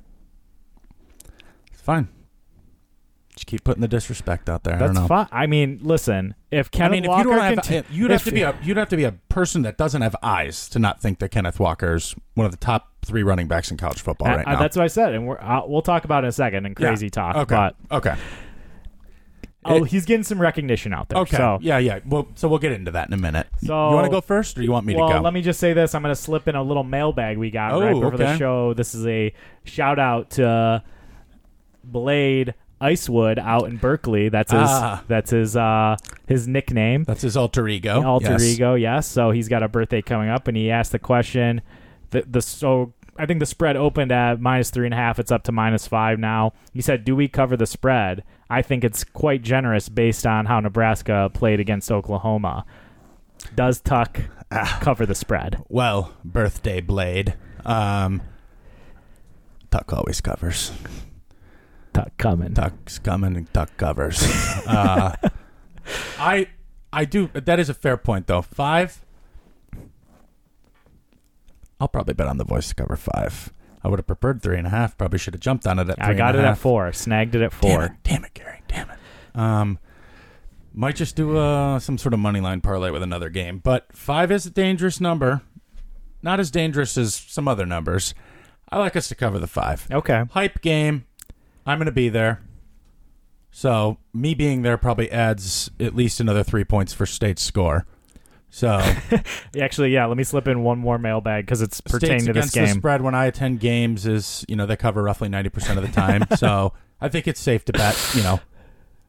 [SPEAKER 2] It's fine. Just keep putting the disrespect out there. I don't
[SPEAKER 1] That's
[SPEAKER 2] know.
[SPEAKER 1] fine. I mean, listen, if
[SPEAKER 2] I
[SPEAKER 1] Kenneth
[SPEAKER 2] mean, if
[SPEAKER 1] Walker
[SPEAKER 2] you don't have,
[SPEAKER 1] can,
[SPEAKER 2] if- you'd have to be a you'd have to be a person that doesn't have eyes to not think that Kenneth Walker's one of the top three running backs in college football right
[SPEAKER 1] I- I-
[SPEAKER 2] now.
[SPEAKER 1] uh, that's what I said, and we're uh, we'll talk about it in a second in
[SPEAKER 2] Yeah.
[SPEAKER 1] crazy talk.
[SPEAKER 2] Okay.
[SPEAKER 1] But
[SPEAKER 2] okay.
[SPEAKER 1] oh, he's getting some recognition out there.
[SPEAKER 2] Okay.
[SPEAKER 1] So
[SPEAKER 2] Yeah, yeah. Well, so we'll get into that in a minute.
[SPEAKER 1] So-
[SPEAKER 2] you want to go first, or you want me
[SPEAKER 1] well,
[SPEAKER 2] to go?
[SPEAKER 1] let me just say this. I'm going to slip in a little mailbag we got
[SPEAKER 2] Oh,
[SPEAKER 1] right before the
[SPEAKER 2] okay.
[SPEAKER 1] show. This is a shout out to Blade Icewood out in Berkeley. That's his.
[SPEAKER 2] Ah.
[SPEAKER 1] That's his. Uh, his nickname.
[SPEAKER 2] That's his alter ego.
[SPEAKER 1] alter
[SPEAKER 2] Yes.
[SPEAKER 1] ego. Yes. So he's got a birthday coming up, and he asked the question. The, the so I think the spread opened at minus three and a half. It's up to minus five now. He said, "Do we cover the spread?" I think it's quite generous based on how Nebraska played against Oklahoma. Does Tuck
[SPEAKER 2] Ah.
[SPEAKER 1] cover the spread?
[SPEAKER 2] Well, birthday blade. Um, Tuck always covers.
[SPEAKER 1] Tuck coming.
[SPEAKER 2] Tuck's coming and Tuck covers. uh, I I do that is a fair point though. Five. I'll probably bet on the voice to cover five. I would have preferred three and a half. Probably should have jumped on it at. Three
[SPEAKER 1] I got
[SPEAKER 2] and
[SPEAKER 1] it
[SPEAKER 2] a
[SPEAKER 1] at
[SPEAKER 2] half.
[SPEAKER 1] four. Snagged it at
[SPEAKER 2] Damn it,
[SPEAKER 1] four.
[SPEAKER 2] damn it, Gary. Damn it. Um, might just do uh, some sort of money line parlay with another game, but five is a dangerous number. Not as dangerous as some other numbers. I like us to cover the five.
[SPEAKER 1] Okay.
[SPEAKER 2] Hype game. I'm going to be there. So me being there probably adds at least another three points for state's score. So
[SPEAKER 1] Actually, yeah. Let me slip in one more mailbag because it's pertaining
[SPEAKER 2] states
[SPEAKER 1] to this
[SPEAKER 2] against the
[SPEAKER 1] game.
[SPEAKER 2] spread when I attend games is you know they cover roughly ninety percent of the time. so I think it's safe to bet you know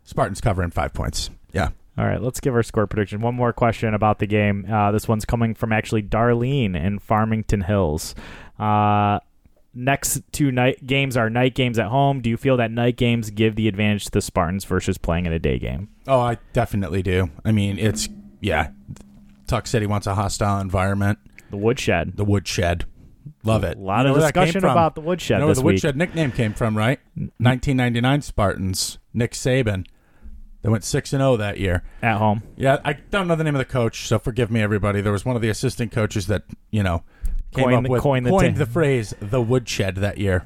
[SPEAKER 2] Spartans covering five points. Yeah.
[SPEAKER 1] All right, let's give our score prediction. One more question about the game. Uh, this one's coming from actually Darlene in Farmington Hills. Uh, next two night games are night games at home. Do you feel that night games give the advantage to the Spartans versus playing in a day game?
[SPEAKER 2] Oh, I definitely do. I mean, it's yeah. Tuck City wants a hostile environment.
[SPEAKER 1] The woodshed.
[SPEAKER 2] The woodshed, love it.
[SPEAKER 1] A lot
[SPEAKER 2] You
[SPEAKER 1] of
[SPEAKER 2] know where that came
[SPEAKER 1] discussion
[SPEAKER 2] from?
[SPEAKER 1] about the woodshed
[SPEAKER 2] You know where
[SPEAKER 1] this
[SPEAKER 2] the
[SPEAKER 1] week.
[SPEAKER 2] woodshed nickname came from, right? 1999 Spartans, Nick Saban. They went six and zero that year.
[SPEAKER 1] At home.
[SPEAKER 2] Yeah, I don't know the name of the coach, so forgive me, everybody. There was one of the assistant coaches that you know came
[SPEAKER 1] Coined
[SPEAKER 2] up
[SPEAKER 1] the-
[SPEAKER 2] with
[SPEAKER 1] coined the
[SPEAKER 2] coined
[SPEAKER 1] ta-
[SPEAKER 2] the phrase "the woodshed" that year.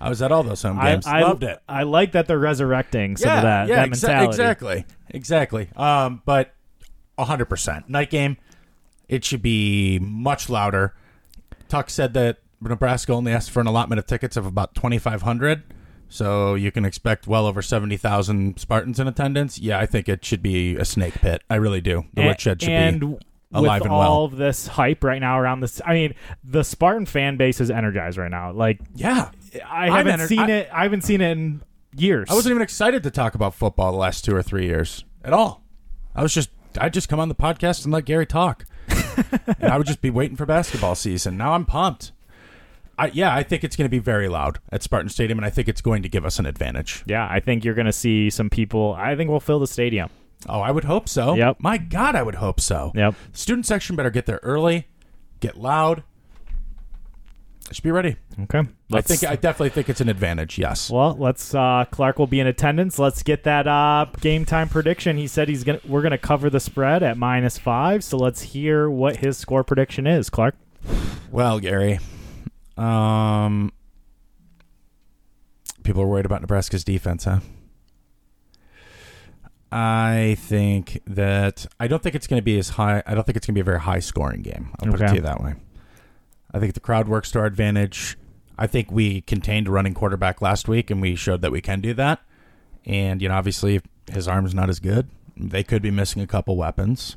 [SPEAKER 2] I was at all those home games. Loved it.
[SPEAKER 1] I like that they're resurrecting some of that,
[SPEAKER 2] yeah,
[SPEAKER 1] that
[SPEAKER 2] exa-
[SPEAKER 1] mentality.
[SPEAKER 2] exactly, exactly. Um, but hundred percent night game. It should be much louder. Tuck said that Nebraska only asked for an allotment of tickets of about twenty five hundred, so you can expect well over seventy thousand Spartans in attendance. Yeah, I think it should be a snake pit. I really do. The
[SPEAKER 1] A-
[SPEAKER 2] woodshed should
[SPEAKER 1] and
[SPEAKER 2] be.
[SPEAKER 1] with
[SPEAKER 2] alive and
[SPEAKER 1] all
[SPEAKER 2] well.
[SPEAKER 1] of this hype right now around this, I mean, the Spartan fan base is energized right now. Like
[SPEAKER 2] Yeah,
[SPEAKER 1] I
[SPEAKER 2] I'm
[SPEAKER 1] haven't
[SPEAKER 2] enter-
[SPEAKER 1] seen
[SPEAKER 2] I-
[SPEAKER 1] it. I haven't seen it in years.
[SPEAKER 2] I wasn't even excited to talk about football the last two or three years at all. I was just I'd just come on the podcast and let Gary talk. and I would just be waiting for basketball season. Now I'm pumped. I, yeah, I think it's going to be very loud at Spartan Stadium, and I think it's going to give us an advantage.
[SPEAKER 1] yeah, I think you're going to see some people. I think we'll fill the stadium.
[SPEAKER 2] Oh, I would hope so.
[SPEAKER 1] Yep.
[SPEAKER 2] My God, I would hope so.
[SPEAKER 1] Yep.
[SPEAKER 2] Student section better get there early, get loud. I should be ready.
[SPEAKER 1] Okay. Let's,
[SPEAKER 2] I think I definitely think it's an advantage. Yes.
[SPEAKER 1] well, let's. Uh, Clark will be in attendance. Let's get that uh, game time prediction. He said he's gonna. We're gonna cover the spread at minus five. So let's hear what his score prediction is. Clark.
[SPEAKER 2] Well, Gary, um, people are worried about Nebraska's defense, huh? I think that I don't think it's going to be as high. I don't think it's going to be a very high scoring game. I'll put it
[SPEAKER 1] Okay.
[SPEAKER 2] to you that way. I think the crowd works to our advantage. I think we contained a running quarterback last week, and we showed that we can do that. And you know, obviously, his arm's not as good. They could be missing a couple weapons.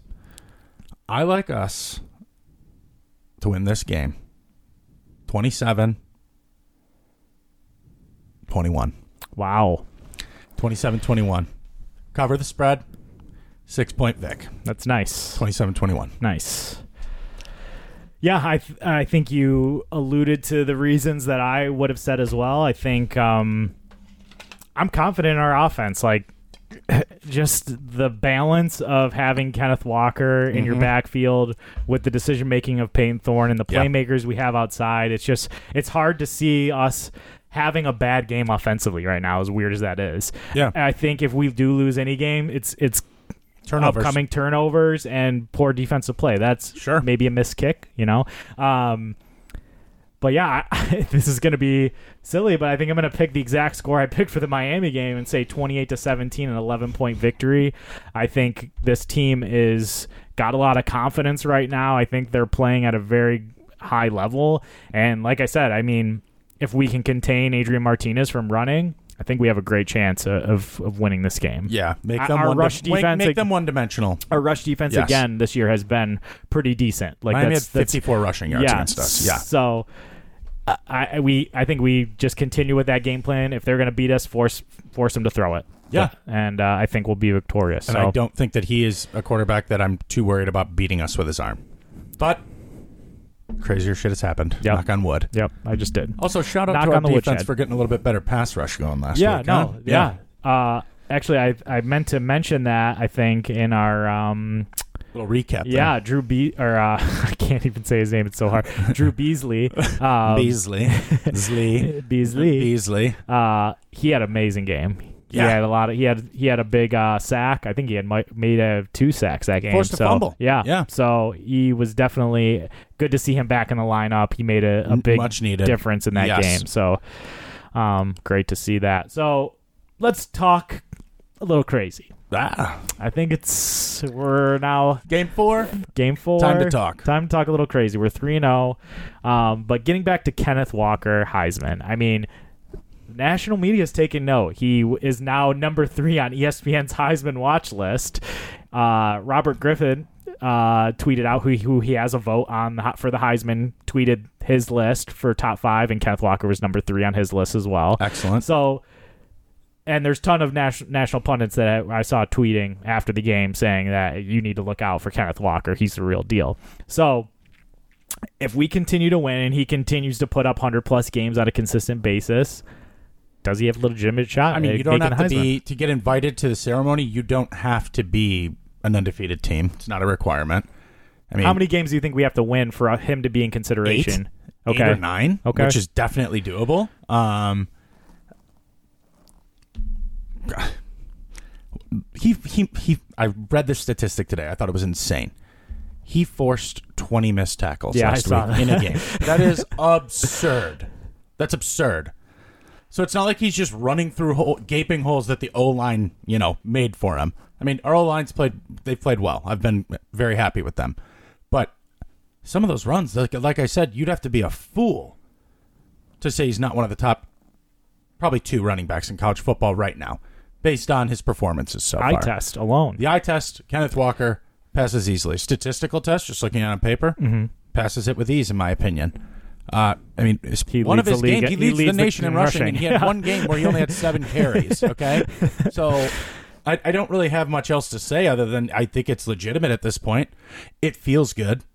[SPEAKER 2] I like us to win this game. 27 21.
[SPEAKER 1] Wow.
[SPEAKER 2] 27 21. Cover the spread. Six point Vic.
[SPEAKER 1] That's nice.
[SPEAKER 2] 27 21.
[SPEAKER 1] Nice. Yeah, I th- I think you alluded to the reasons that I would have said as well. I think um, I'm confident in our offense. Like just the balance of having Kenneth Walker in your backfield with the decision making of Payne Thorne and the
[SPEAKER 2] Yeah.
[SPEAKER 1] playmakers we have outside. It's just it's hard to see us having a bad game offensively right now, as weird as that is.
[SPEAKER 2] Yeah.
[SPEAKER 1] I think if we do lose any game, it's it's
[SPEAKER 2] Turnovers.
[SPEAKER 1] upcoming turnovers and poor defensive play. That's
[SPEAKER 2] Sure.
[SPEAKER 1] maybe a missed kick, you know. Um, but yeah, I, this is going to be silly, but I think I'm going to pick the exact score I picked for the Miami game and say 28 to 17, an 11 point victory. I think this team is got a lot of confidence right now. I think they're playing at a very high level, and like I said, I mean, if we can contain Adrian Martinez from running, I think we have a great chance of of, of winning this game.
[SPEAKER 2] Yeah. Make
[SPEAKER 1] Our-
[SPEAKER 2] them
[SPEAKER 1] our
[SPEAKER 2] one
[SPEAKER 1] rush
[SPEAKER 2] make-
[SPEAKER 1] defense-
[SPEAKER 2] Make them one dimensional.
[SPEAKER 1] our rush defense
[SPEAKER 2] Yes.
[SPEAKER 1] again this year has been pretty decent. Like
[SPEAKER 2] Miami had
[SPEAKER 1] that's, that's
[SPEAKER 2] 54 rushing yards
[SPEAKER 1] yeah.
[SPEAKER 2] against us. Yeah.
[SPEAKER 1] So I- I we I think we just continue with that game plan. If they're going to beat us, force force them to throw it.
[SPEAKER 2] Yeah.
[SPEAKER 1] and uh, I think we'll be victorious.
[SPEAKER 2] And
[SPEAKER 1] so
[SPEAKER 2] I don't think that he is a quarterback that I'm too worried about beating us with his arm. But crazier shit has happened.
[SPEAKER 1] Yep.
[SPEAKER 2] Knock on wood.
[SPEAKER 1] Yep, I just did.
[SPEAKER 2] Also, shout out
[SPEAKER 1] Knock
[SPEAKER 2] to our
[SPEAKER 1] on the wood,
[SPEAKER 2] defense
[SPEAKER 1] Chad.
[SPEAKER 2] for getting a little bit better pass rush going last
[SPEAKER 1] yeah,
[SPEAKER 2] week. huh?
[SPEAKER 1] no, yeah. Uh, actually, I I meant to mention that I think in our um
[SPEAKER 2] Little recap. there.
[SPEAKER 1] yeah Drew Be or uh, I can't even say his name. It's so hard. Drew Beasley. Um,
[SPEAKER 2] Beasley. Beasley.
[SPEAKER 1] Beasley.
[SPEAKER 2] Beasley.
[SPEAKER 1] uh, he had an amazing game. He
[SPEAKER 2] Yeah.
[SPEAKER 1] had a lot of he had he had a big uh, sack. I think he had mi- made uh, two sacks that game.
[SPEAKER 2] Forced a
[SPEAKER 1] so,
[SPEAKER 2] fumble.
[SPEAKER 1] Yeah,
[SPEAKER 2] Yeah.
[SPEAKER 1] So he was definitely good to see him back in the lineup. He made a, a big
[SPEAKER 2] Much needed.
[SPEAKER 1] difference in that
[SPEAKER 2] Yes.
[SPEAKER 1] game. So um, great to see that. So let's talk a little crazy.
[SPEAKER 2] Ah.
[SPEAKER 1] I think it's we're now
[SPEAKER 2] Game four.
[SPEAKER 1] game four.
[SPEAKER 2] Time to talk.
[SPEAKER 1] Time to talk a little crazy. We're three and zero, but getting back to Kenneth Walker Heisman. I mean, national media has taken note. He w- is now number three on E ESPN's Heisman watch list. Uh, Robert Griffin uh, tweeted out who who he has a vote on the, for the Heisman. Tweeted his list for top five, and Kenneth Walker was number three on his list as well.
[SPEAKER 2] Excellent.
[SPEAKER 1] So, and there's ton of national national pundits that I, I saw tweeting after the game saying that you need to look out for Kenneth Walker. He's the real deal. So, if we continue to win and he continues to put up hundred plus games on a consistent basis, does he have a legitimate shot?
[SPEAKER 2] I mean,
[SPEAKER 1] at
[SPEAKER 2] you don't
[SPEAKER 1] making
[SPEAKER 2] have to
[SPEAKER 1] the Heisman?
[SPEAKER 2] be to get invited to the ceremony. You don't have to be an undefeated team. It's not a requirement. I mean,
[SPEAKER 1] How many games do you think we have to win for uh, him to be in consideration?
[SPEAKER 2] eight
[SPEAKER 1] okay,
[SPEAKER 2] or nine,
[SPEAKER 1] Okay.
[SPEAKER 2] which is definitely doable. Um, he he he. I read this statistic today. I thought it was insane. He forced twenty missed tackles
[SPEAKER 1] Yeah, I
[SPEAKER 2] last
[SPEAKER 1] saw
[SPEAKER 2] week
[SPEAKER 1] that.
[SPEAKER 2] in a game. That is absurd. That's absurd. So it's not like he's just running through hole, gaping holes that the O line, you know, made for him. I mean, our O lines played; they played well. I've been very happy with them, but some of those runs, like, like I said, you'd have to be a fool to say he's not one of the top, probably two running backs in college football right now, based on his performances so
[SPEAKER 1] eye
[SPEAKER 2] far.
[SPEAKER 1] test alone.
[SPEAKER 2] The eye test, Kenneth Walker passes easily. Statistical test, just looking at it on paper,
[SPEAKER 1] Mm-hmm.
[SPEAKER 2] passes it with ease, in my opinion. Uh, I mean, it's
[SPEAKER 1] He
[SPEAKER 2] one of
[SPEAKER 1] leads
[SPEAKER 2] his
[SPEAKER 1] the league-
[SPEAKER 2] games, he
[SPEAKER 1] he
[SPEAKER 2] leads,
[SPEAKER 1] leads
[SPEAKER 2] the
[SPEAKER 1] the
[SPEAKER 2] nation in
[SPEAKER 1] in
[SPEAKER 2] rushing,
[SPEAKER 1] rushing.
[SPEAKER 2] and he had
[SPEAKER 1] Yeah.
[SPEAKER 2] one game where he only had seven carries. Okay, so I, I don't really have much else to say other than I think it's legitimate at this point. It feels good,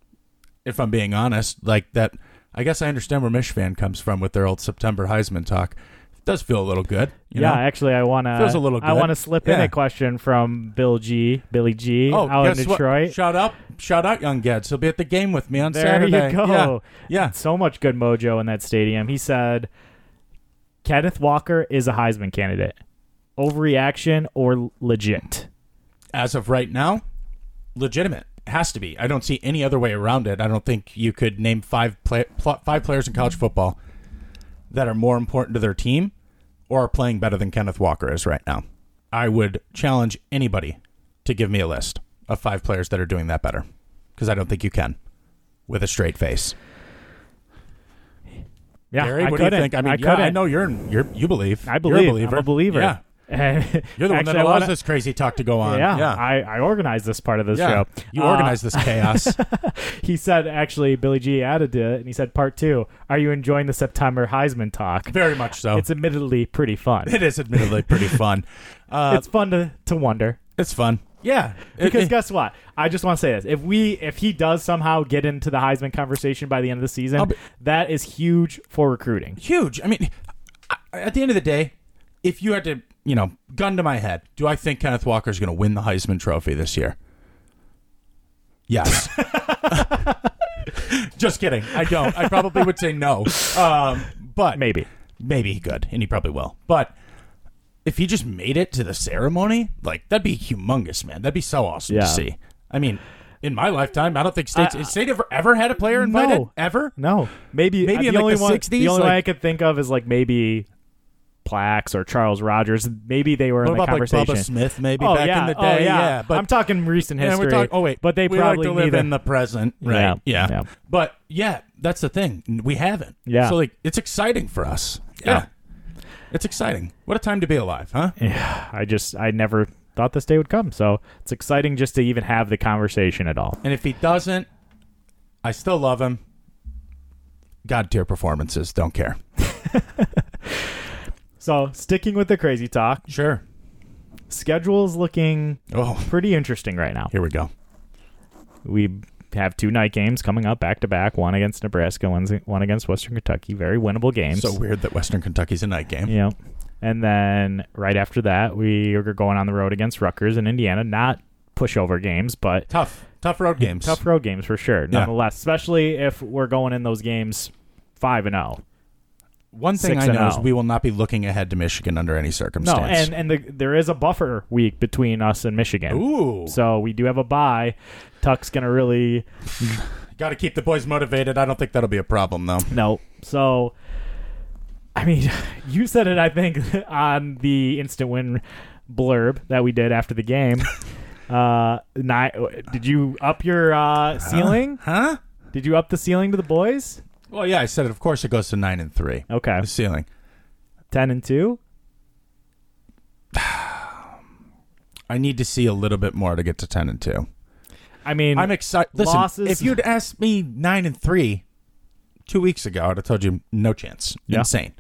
[SPEAKER 2] if I'm being honest. Like that, I guess I understand where Michigan comes from with their old September Heisman talk. It does feel a little good. You
[SPEAKER 1] yeah,
[SPEAKER 2] know?
[SPEAKER 1] actually, I want to.
[SPEAKER 2] Feels a little
[SPEAKER 1] I
[SPEAKER 2] good.
[SPEAKER 1] want to slip in
[SPEAKER 2] Yeah. Oh,
[SPEAKER 1] a question from Bill G, Billy G, out in
[SPEAKER 2] guess what?
[SPEAKER 1] Detroit.
[SPEAKER 2] Shout out, shout out, young Geds. He'll be at the game with me on
[SPEAKER 1] There
[SPEAKER 2] Saturday.
[SPEAKER 1] you go.
[SPEAKER 2] Yeah, yeah.
[SPEAKER 1] So much good mojo in that stadium. He said, Kenneth Walker is a Heisman candidate. Overreaction or legit?
[SPEAKER 2] As of right now, legitimate has to be. I don't see any other way around it. I don't think you could name five play, pl- five players in college football that are more important to their team or are playing better than Kenneth Walker is right now. I would challenge anybody to give me a list of five players that are doing that better because I don't think you can with a straight face.
[SPEAKER 1] Yeah,
[SPEAKER 2] Gary,
[SPEAKER 1] I
[SPEAKER 2] what do
[SPEAKER 1] couldn't.
[SPEAKER 2] you think? I mean, yeah,
[SPEAKER 1] couldn't.
[SPEAKER 2] I know you're you're you believe.
[SPEAKER 1] I believe.
[SPEAKER 2] You're a believer.
[SPEAKER 1] I'm a believer.
[SPEAKER 2] Yeah.
[SPEAKER 1] And
[SPEAKER 2] You're the one
[SPEAKER 1] actually,
[SPEAKER 2] that
[SPEAKER 1] I
[SPEAKER 2] allows
[SPEAKER 1] wanna-
[SPEAKER 2] this crazy talk to go on.
[SPEAKER 1] Yeah,
[SPEAKER 2] yeah.
[SPEAKER 1] I, I organized this part of this
[SPEAKER 2] Yeah.
[SPEAKER 1] show.
[SPEAKER 2] You
[SPEAKER 1] Uh,
[SPEAKER 2] organize this chaos.
[SPEAKER 1] He said, actually, Billy G added it, and he said, part two, are you enjoying the September Heisman talk?
[SPEAKER 2] Very much so.
[SPEAKER 1] It's admittedly pretty fun.
[SPEAKER 2] it is admittedly pretty fun. Uh,
[SPEAKER 1] it's fun to, to wonder.
[SPEAKER 2] It's fun. Yeah. It-
[SPEAKER 1] Because
[SPEAKER 2] it-
[SPEAKER 1] guess what? I just want to say this: if we, if he does somehow get into the Heisman conversation by the end of the season,
[SPEAKER 2] I'll be-
[SPEAKER 1] that is huge for recruiting.
[SPEAKER 2] huge. I mean, I- at the end of the day, if you had to, you know, gun to my head, do I think Kenneth Walker is going to win the Heisman Trophy this year? Yes. Just kidding. I don't. I probably would say no. Um, but
[SPEAKER 1] Maybe
[SPEAKER 2] maybe he could, and he probably will. But if he just made it to the ceremony, like that'd be humongous, man. That'd be so awesome
[SPEAKER 1] Yeah.
[SPEAKER 2] to see. I mean, in my lifetime, I don't think states has state ever ever had a player invited
[SPEAKER 1] No.
[SPEAKER 2] ever.
[SPEAKER 1] no, maybe uh,
[SPEAKER 2] Maybe
[SPEAKER 1] the
[SPEAKER 2] in, like,
[SPEAKER 1] only
[SPEAKER 2] the
[SPEAKER 1] one,
[SPEAKER 2] 60s,
[SPEAKER 1] the only one
[SPEAKER 2] like-
[SPEAKER 1] I could think of is like maybe Plax or Charles Rogers. Maybe they were
[SPEAKER 2] What
[SPEAKER 1] in the
[SPEAKER 2] about like
[SPEAKER 1] conversation.
[SPEAKER 2] Bubba Smith maybe
[SPEAKER 1] oh
[SPEAKER 2] back
[SPEAKER 1] yeah,
[SPEAKER 2] in the day?
[SPEAKER 1] oh, yeah.
[SPEAKER 2] but
[SPEAKER 1] I'm talking recent
[SPEAKER 2] and
[SPEAKER 1] history.
[SPEAKER 2] we're talking. Oh wait,
[SPEAKER 1] but they
[SPEAKER 2] we
[SPEAKER 1] probably
[SPEAKER 2] like to live
[SPEAKER 1] neither.
[SPEAKER 2] in the present, right?
[SPEAKER 1] Yeah,
[SPEAKER 2] Yeah.
[SPEAKER 1] yeah.
[SPEAKER 2] But yeah, that's the thing. We haven't.
[SPEAKER 1] Yeah.
[SPEAKER 2] So like, it's exciting for us.
[SPEAKER 1] Yeah.
[SPEAKER 2] Yeah. It's exciting. What a time to be alive, huh?
[SPEAKER 1] yeah, I just I never thought this day would come. So it's exciting just to even have the conversation at all.
[SPEAKER 2] And if he doesn't, I still love him. God tier performances. Don't care.
[SPEAKER 1] So sticking with the crazy talk,
[SPEAKER 2] Sure.
[SPEAKER 1] schedule's looking
[SPEAKER 2] Oh,
[SPEAKER 1] pretty interesting right now.
[SPEAKER 2] here we go.
[SPEAKER 1] We have two night games coming up back to back. One against Nebraska, one one against Western Kentucky. Very winnable games.
[SPEAKER 2] So weird that Western Kentucky's a night game.
[SPEAKER 1] you know. And then right after that, we are going on the road against Rutgers in Indiana. Not pushover games, but
[SPEAKER 2] Tough, tough road games.
[SPEAKER 1] tough road games for sure. Nonetheless, especially if we're going in those games five and oh. zero.
[SPEAKER 2] One thing
[SPEAKER 1] Six
[SPEAKER 2] I
[SPEAKER 1] and
[SPEAKER 2] know is
[SPEAKER 1] oh.
[SPEAKER 2] we will not be looking ahead to Michigan under any
[SPEAKER 1] No,
[SPEAKER 2] circumstance.
[SPEAKER 1] and and the, there is a buffer week between us and Michigan.
[SPEAKER 2] ooh,
[SPEAKER 1] So we do have a bye. Tuck's gonna really
[SPEAKER 2] got to keep the boys motivated. I don't think that'll be a problem though.
[SPEAKER 1] No. So, I mean, you said it, I think, on the instant win blurb that we did after the game. Uh, ni- did you up your
[SPEAKER 2] Uh-huh.
[SPEAKER 1] uh, ceiling?
[SPEAKER 2] Huh?
[SPEAKER 1] Did you up the ceiling to the boys?
[SPEAKER 2] Well, yeah, I said it. Of course, it goes to nine and three.
[SPEAKER 1] Okay,
[SPEAKER 2] The ceiling.
[SPEAKER 1] ten and two.
[SPEAKER 2] I need to see a little bit more to get to ten and two.
[SPEAKER 1] I mean,
[SPEAKER 2] I'm excited. Listen,
[SPEAKER 1] Losses-
[SPEAKER 2] if you'd asked me nine and three two weeks ago, I'd have told you no chance.
[SPEAKER 1] Yeah.
[SPEAKER 2] Insane.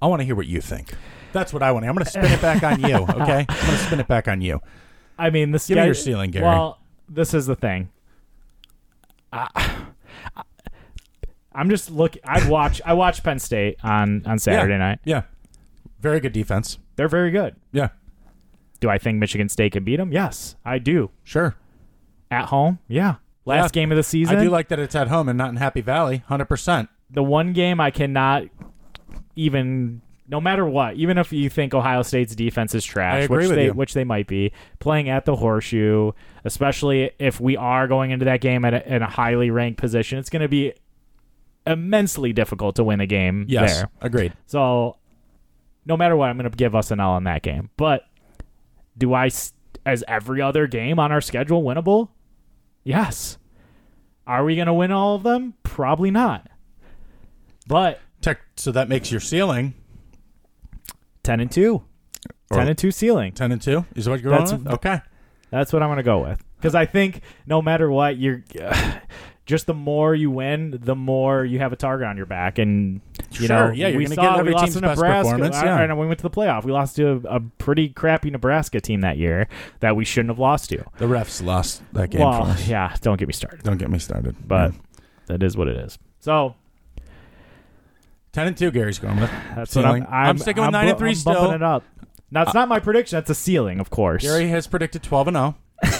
[SPEAKER 2] I want to hear what you think. That's what I want. to hear. I'm going to spin it back on you. Okay, I'm going to spin it back on you.
[SPEAKER 1] I mean, the
[SPEAKER 2] Give me
[SPEAKER 1] sched-
[SPEAKER 2] your ceiling, Gary.
[SPEAKER 1] Well, this is the thing. I, I'm just look. I watch. I watch Penn State on on Saturday
[SPEAKER 2] yeah.
[SPEAKER 1] night.
[SPEAKER 2] Yeah. Very good defense.
[SPEAKER 1] They're very good.
[SPEAKER 2] Yeah.
[SPEAKER 1] Do I think Michigan State can beat them? Yes, I do.
[SPEAKER 2] Sure.
[SPEAKER 1] At home? Yeah. Last
[SPEAKER 2] Yeah.
[SPEAKER 1] game of the season.
[SPEAKER 2] I do like that it's at home and not in Happy Valley. Hundred percent.
[SPEAKER 1] the one game I cannot even no matter what, even if you think Ohio State's defense is trash,
[SPEAKER 2] I agree
[SPEAKER 1] which
[SPEAKER 2] with
[SPEAKER 1] they
[SPEAKER 2] you.
[SPEAKER 1] which they might be, playing at the horseshoe, especially if we are going into that game at a, in a highly ranked position, it's going to be immensely difficult to win a game
[SPEAKER 2] Yes.
[SPEAKER 1] there.
[SPEAKER 2] Agreed.
[SPEAKER 1] So, no matter what, I'm going to give us an L on that game. But do I, s- as every other game on our schedule, winnable? Yes. Are we going to win all of them? Probably not. But
[SPEAKER 2] Tech, so that makes your ceiling
[SPEAKER 1] 10 and 2, 10
[SPEAKER 2] Or-
[SPEAKER 1] and 2 ceiling.
[SPEAKER 2] ten and two. Is what you're
[SPEAKER 1] That's-
[SPEAKER 2] going with? Okay.
[SPEAKER 1] That's what I'm going to go with. Because I think no matter what, you're. Just the more you win, the more you have a target on your back, and you
[SPEAKER 2] Sure,
[SPEAKER 1] know
[SPEAKER 2] yeah, you're
[SPEAKER 1] we
[SPEAKER 2] gonna
[SPEAKER 1] saw
[SPEAKER 2] give
[SPEAKER 1] we
[SPEAKER 2] every
[SPEAKER 1] lost
[SPEAKER 2] team's
[SPEAKER 1] to
[SPEAKER 2] best
[SPEAKER 1] Nebraska,
[SPEAKER 2] performance,
[SPEAKER 1] I-
[SPEAKER 2] yeah.
[SPEAKER 1] and we went to the playoff. We lost to a, a pretty crappy Nebraska team that year that we shouldn't have lost to.
[SPEAKER 2] The refs lost that game. for
[SPEAKER 1] Well,
[SPEAKER 2] us.
[SPEAKER 1] yeah, don't get me started,
[SPEAKER 2] Don't get me started.
[SPEAKER 1] but
[SPEAKER 2] Yeah.
[SPEAKER 1] that is what it is. So
[SPEAKER 2] ten and two, Gary's going with.
[SPEAKER 1] that's
[SPEAKER 2] Ceiling.
[SPEAKER 1] what I'm. I'm
[SPEAKER 2] I'm sticking with
[SPEAKER 1] I'm
[SPEAKER 2] nine and
[SPEAKER 1] bu-
[SPEAKER 2] three
[SPEAKER 1] I'm bumping
[SPEAKER 2] still. Uh,
[SPEAKER 1] it up. Now it's not my prediction. That's a ceiling, of course.
[SPEAKER 2] Gary has predicted twelve and zero.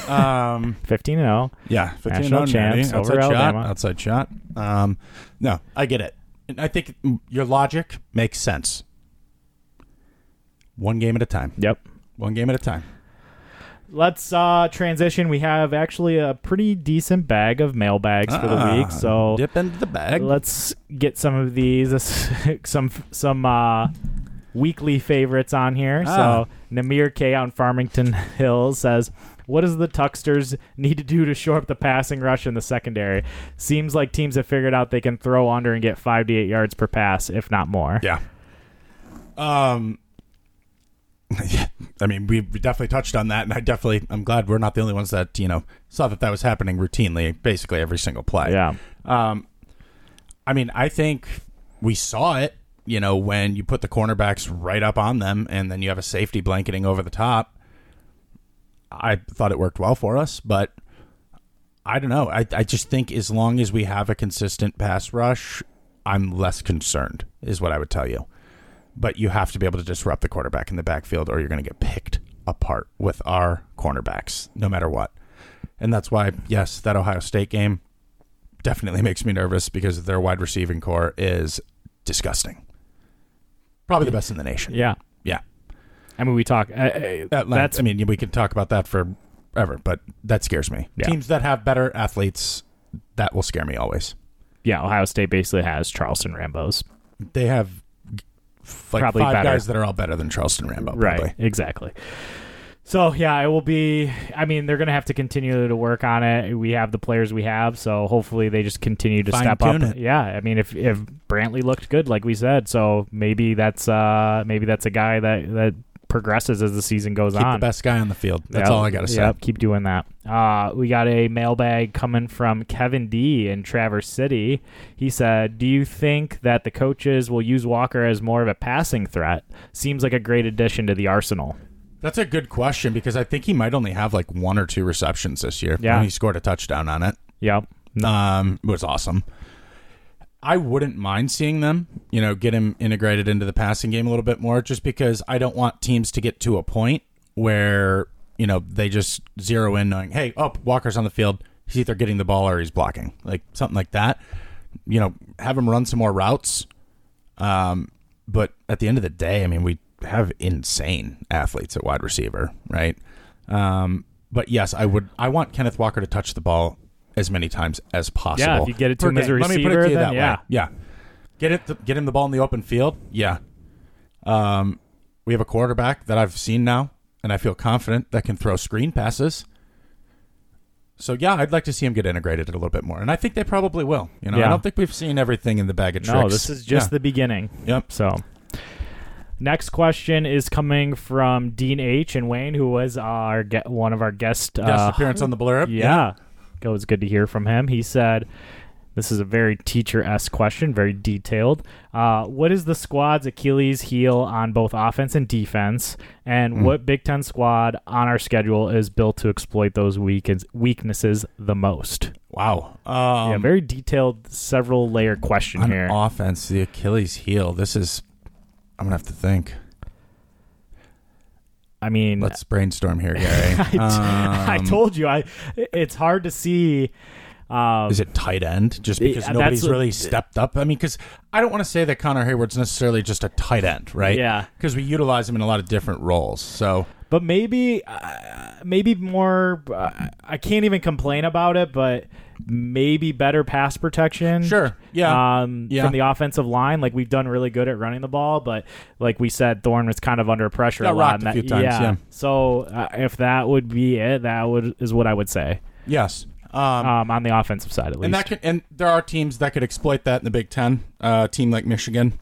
[SPEAKER 2] Um,
[SPEAKER 1] Fifteen and oh. zero.
[SPEAKER 2] yeah, fifteen
[SPEAKER 1] National
[SPEAKER 2] and 0, Natty.
[SPEAKER 1] champs over
[SPEAKER 2] outside
[SPEAKER 1] Alabama.
[SPEAKER 2] shot, outside shot. Um, no, I get it. And I think your logic makes sense. One game at a time.
[SPEAKER 1] Yep.
[SPEAKER 2] One game at a time.
[SPEAKER 1] Let's uh, transition. We have actually a pretty decent bag of mailbags for the
[SPEAKER 2] Ah,
[SPEAKER 1] week, so
[SPEAKER 2] dip into the bag.
[SPEAKER 1] let's get some of these this- some some uh weekly favorites on here
[SPEAKER 2] Ah.
[SPEAKER 1] so namir k on farmington hills says what does the tucksters need to do to shore up the passing rush in the secondary seems like teams have figured out they can throw under and get five to eight yards per pass if not more
[SPEAKER 2] Yeah. Um, I mean, we we definitely touched on that, and I definitely I'm glad we're not the only ones that you know saw that that was happening routinely, basically every single play.
[SPEAKER 1] Yeah.
[SPEAKER 2] Um, I mean, I think we saw it. You know, when you put the cornerbacks right up on them, and then you have a safety blanketing over the top. I thought it worked well for us, but I don't know. I I just think as long as we have a consistent pass rush, I'm less concerned. Is what I would tell you. But you have to be able to disrupt the quarterback in the backfield, or you're going to get picked apart with our cornerbacks, no matter what. And that's why, yes, that Ohio State game definitely makes me nervous because their wide receiving core is disgusting. Probably the best in the nation.
[SPEAKER 1] Yeah.
[SPEAKER 2] Yeah.
[SPEAKER 1] I mean, we talk. Uh, uh,
[SPEAKER 2] At length.
[SPEAKER 1] that's
[SPEAKER 2] I mean, we can talk about that forever, but that scares me.
[SPEAKER 1] Yeah.
[SPEAKER 2] Teams that have better athletes, that will scare me always.
[SPEAKER 1] yeah. Ohio State basically has Charleston Rambo's.
[SPEAKER 2] They have g- f- like
[SPEAKER 1] Probably
[SPEAKER 2] five
[SPEAKER 1] better.
[SPEAKER 2] guys that are all better than Charleston Rambo. Probably.
[SPEAKER 1] Right. Exactly. So yeah, it will be. I mean, they're gonna have to continue to work on it. We have the players we have, so hopefully they just continue to step up.
[SPEAKER 2] Fine-tune it.
[SPEAKER 1] Yeah, I mean, if if Brantley looked good, like we said, so maybe that's uh maybe that's a guy that that progresses as the season goes
[SPEAKER 2] Keep the
[SPEAKER 1] on.
[SPEAKER 2] best guy on the field. That's
[SPEAKER 1] Yep.
[SPEAKER 2] all I got to say.
[SPEAKER 1] Yep, keep doing that. Uh, we got a mailbag coming from Kevin D in Traverse City. He said, "Do you think that the coaches will use Walker as more of a passing threat? Seems like a great addition to the arsenal."
[SPEAKER 2] That's a good question because I think he might only have like one or two receptions this year.
[SPEAKER 1] Yeah.
[SPEAKER 2] And he scored a touchdown on it.
[SPEAKER 1] Yep.
[SPEAKER 2] um, was awesome. I wouldn't mind seeing them, you know, get him integrated into the passing game a little bit more, just because I don't want teams to get to a point where you know they just zero in, knowing, hey, oh, Walker's on the field. He's either getting the ball or he's blocking, like something like that. You know, have him run some more routes. Um, but at the end of the day, I mean, we have insane athletes at wide receiver, right? Um, but yes, I would. I want Kenneth Walker to touch the ball as many times as possible.
[SPEAKER 1] Yeah, if you get it to
[SPEAKER 2] per
[SPEAKER 1] him as a
[SPEAKER 2] game. Let me put
[SPEAKER 1] receiver,
[SPEAKER 2] it to you
[SPEAKER 1] then
[SPEAKER 2] that
[SPEAKER 1] yeah.
[SPEAKER 2] way. Yeah, get it. get him the ball in the open field. Yeah. Um, we have a quarterback that I've seen now, and I feel confident that can throw screen passes. So yeah, I'd like to see him get integrated a little bit more, and I think they probably will. You know,
[SPEAKER 1] Yeah.
[SPEAKER 2] I don't think we've seen everything in the bag of tricks.
[SPEAKER 1] No, this is just the beginning.
[SPEAKER 2] the yep.
[SPEAKER 1] So, next question is coming from Dean H and Wayne, who was our ge- one of our guest.
[SPEAKER 2] Guest
[SPEAKER 1] uh,
[SPEAKER 2] appearance on the blurb.
[SPEAKER 1] Yeah. It was good to hear from him. He said, This is a very teacher esque question, very detailed. Uh, what is the squad's Achilles heel on both offense and defense? And
[SPEAKER 2] Hmm.
[SPEAKER 1] what Big Ten squad on our schedule is built to exploit those weakens- weaknesses the most?
[SPEAKER 2] Wow. Um,
[SPEAKER 1] yeah, very detailed, several layer question
[SPEAKER 2] on
[SPEAKER 1] here.
[SPEAKER 2] offense, the Achilles heel. This is. I'm gonna have to think.
[SPEAKER 1] I mean,
[SPEAKER 2] Let's brainstorm here, Gary.
[SPEAKER 1] I, t- I
[SPEAKER 2] Um,
[SPEAKER 1] told you, I it's hard to see. Um,
[SPEAKER 2] Is it tight end? Just
[SPEAKER 1] Yeah,
[SPEAKER 2] because
[SPEAKER 1] that's
[SPEAKER 2] nobody's
[SPEAKER 1] what-
[SPEAKER 2] really stepped up. I mean, because I don't want to say that Connor Hayward's necessarily just a tight end, right?
[SPEAKER 1] Yeah.
[SPEAKER 2] Because we utilize him in a lot of different roles. So
[SPEAKER 1] but maybe uh, maybe more uh, i can't even complain about it but maybe better pass protection
[SPEAKER 2] Sure. Yeah.
[SPEAKER 1] um
[SPEAKER 2] Yeah.
[SPEAKER 1] from the offensive line like we've done really good at running the ball but like we said thorn was kind of under pressure
[SPEAKER 2] Got
[SPEAKER 1] a lot and
[SPEAKER 2] rocked a
[SPEAKER 1] that,
[SPEAKER 2] few times, yeah.
[SPEAKER 1] so uh, if that would be it that would is what i would say
[SPEAKER 2] yes. Um,
[SPEAKER 1] um on the offensive side at least
[SPEAKER 2] and that could, and there are teams that could exploit that in the Big Ten. Uh, a team like Michigan.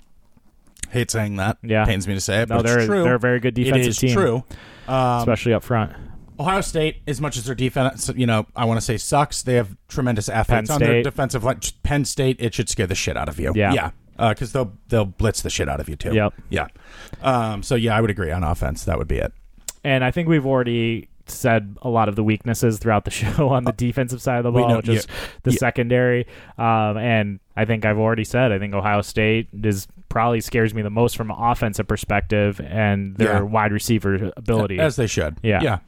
[SPEAKER 2] Hate saying that.
[SPEAKER 1] Yeah.
[SPEAKER 2] Pains me to say it.
[SPEAKER 1] no
[SPEAKER 2] but
[SPEAKER 1] they're
[SPEAKER 2] it's true.
[SPEAKER 1] they're a very good
[SPEAKER 2] it
[SPEAKER 1] defensive
[SPEAKER 2] is
[SPEAKER 1] team
[SPEAKER 2] true. Uh,
[SPEAKER 1] especially up front
[SPEAKER 2] Ohio State, as much as their defense, you know, I want to say sucks. They have tremendous athletes
[SPEAKER 1] Penn
[SPEAKER 2] on their
[SPEAKER 1] State.
[SPEAKER 2] defensive line. Penn State, it should scare the shit out of you.
[SPEAKER 1] Yeah.
[SPEAKER 2] yeah, because they'll they'll blitz the shit out of you too.
[SPEAKER 1] Yep.
[SPEAKER 2] Yeah. Um. So yeah, I would agree on offense. That would be it.
[SPEAKER 1] and I think we've already said a lot of the weaknesses throughout the show on the defensive side of the
[SPEAKER 2] Uh, we
[SPEAKER 1] ball,
[SPEAKER 2] know-
[SPEAKER 1] which is
[SPEAKER 2] yeah.
[SPEAKER 1] the
[SPEAKER 2] Yeah.
[SPEAKER 1] secondary. Um, and I think I've already said I think Ohio State is probably scares me the most from an offensive perspective and their
[SPEAKER 2] Yeah.
[SPEAKER 1] wide receiver ability.
[SPEAKER 2] As they should.
[SPEAKER 1] Yeah.
[SPEAKER 2] Yeah.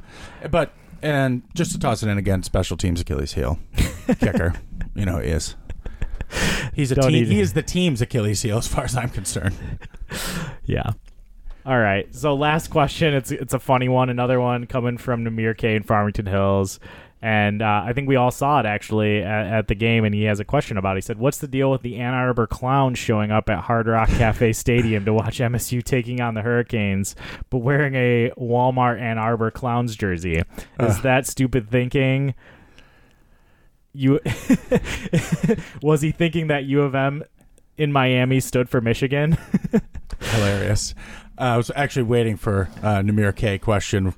[SPEAKER 2] But and just to toss it in again, special teams Achilles heel, kicker. You know he is. He's a
[SPEAKER 1] Don't
[SPEAKER 2] team.
[SPEAKER 1] need-
[SPEAKER 2] He is the team's Achilles heel, as far as I'm concerned.
[SPEAKER 1] yeah. All right. So last question. It's it's a funny one. Another one coming from Namir K in Farmington Hills. And uh, I think we all saw it actually at, at the game, and he has a question about. it. He said, "What's the deal with the Ann Arbor Clowns showing up at Hard Rock Cafe Stadium to watch MSU taking on the Hurricanes, but wearing a Walmart Ann Arbor Clowns jersey? Is that stupid thinking? You was he thinking that U of M in Miami stood for Michigan?
[SPEAKER 2] hilarious. Uh, I was actually waiting for uh, Namir K question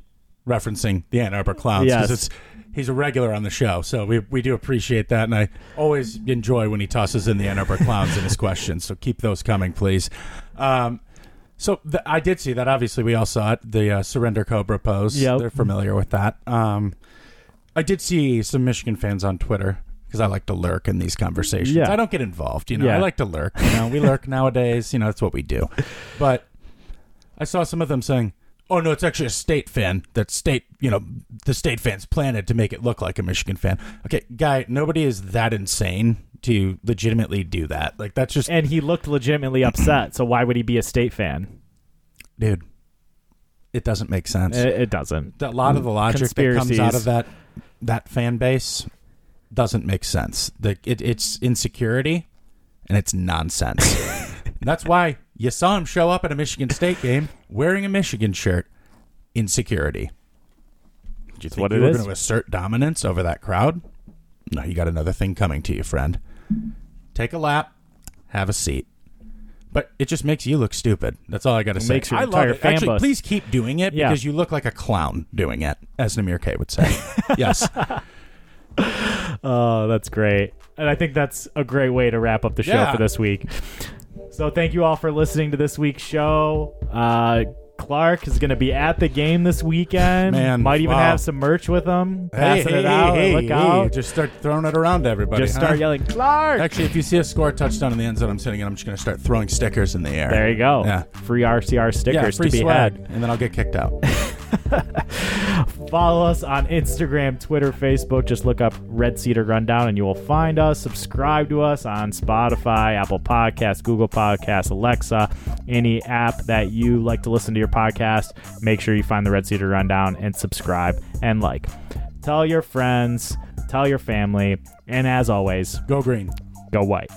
[SPEAKER 2] referencing the Ann Arbor Clowns
[SPEAKER 1] Yes.
[SPEAKER 2] it's he's a regular on the show, so we we do appreciate that, and I always enjoy when he tosses in the Ann Arbor Clowns in his questions. So keep those coming, please. Um, so th- I did see that. Obviously, we all saw it. The uh, surrender cobra pose.
[SPEAKER 1] Yep.
[SPEAKER 2] They're familiar with that. Um, I did see some Michigan fans on Twitter because I like to lurk in these conversations.
[SPEAKER 1] Yeah.
[SPEAKER 2] I don't get involved. You know,
[SPEAKER 1] Yeah.
[SPEAKER 2] I like to lurk. You know, we lurk nowadays. You know, that's what we do. But I saw some of them saying, "Oh no, it's actually a state fan. That state, you know, the state fans planted to make it look like a Michigan fan." Okay, guy, nobody is that insane to legitimately do that. Like that's just
[SPEAKER 1] And he looked legitimately upset, so why would he be a state fan?
[SPEAKER 2] dude. It doesn't make sense.
[SPEAKER 1] It, it doesn't.
[SPEAKER 2] a lot of the logic that comes out
[SPEAKER 1] Conspiracies.
[SPEAKER 2] of that that fan base doesn't make sense. The, it, it's insecurity and it's nonsense. That's why you saw him show up at a Michigan State game wearing a Michigan shirt. Insecurity. Did you think
[SPEAKER 1] what
[SPEAKER 2] you
[SPEAKER 1] it
[SPEAKER 2] were
[SPEAKER 1] is.
[SPEAKER 2] going to assert dominance over that crowd? No, you got another thing coming to you, friend. Take a lap, have a seat. But it just makes you look stupid. That's all I got to say.
[SPEAKER 1] makes your
[SPEAKER 2] I love
[SPEAKER 1] entire
[SPEAKER 2] it.
[SPEAKER 1] fan
[SPEAKER 2] Actually,
[SPEAKER 1] base-
[SPEAKER 2] please keep doing it
[SPEAKER 1] Yeah.
[SPEAKER 2] because you look like a clown doing it, as Namir K would say. yes.
[SPEAKER 1] Oh, that's great. And I think that's a great way to wrap up the show
[SPEAKER 2] Yeah.
[SPEAKER 1] for this week. So thank you all for listening to this week's show. Uh, Clark is going to be at the game this weekend.
[SPEAKER 2] Man,
[SPEAKER 1] Might even
[SPEAKER 2] wow.
[SPEAKER 1] have some merch with him. Passing it out.
[SPEAKER 2] hey,
[SPEAKER 1] look
[SPEAKER 2] hey,
[SPEAKER 1] out.
[SPEAKER 2] Just start throwing it around to everybody.
[SPEAKER 1] Just
[SPEAKER 2] huh?
[SPEAKER 1] start yelling, Clark!
[SPEAKER 2] Actually, if you see us score a touchdown in the end zone, I'm sitting in, I'm just going to start throwing stickers in the air.
[SPEAKER 1] There you go.
[SPEAKER 2] Yeah.
[SPEAKER 1] Free RCR stickers
[SPEAKER 2] Yeah, free
[SPEAKER 1] to be
[SPEAKER 2] swag,
[SPEAKER 1] had.
[SPEAKER 2] and then I'll get kicked out.
[SPEAKER 1] Follow us on Instagram, Twitter, Facebook. Just look up Red Cedar Rundown and you will find us. Subscribe to us on Spotify, Apple Podcasts, Google Podcasts, Alexa, any app that you like to listen to your podcast. Make sure you find the Red Cedar Rundown and subscribe and like. Tell your friends, tell your family, and as always,
[SPEAKER 2] Go green.
[SPEAKER 1] go white.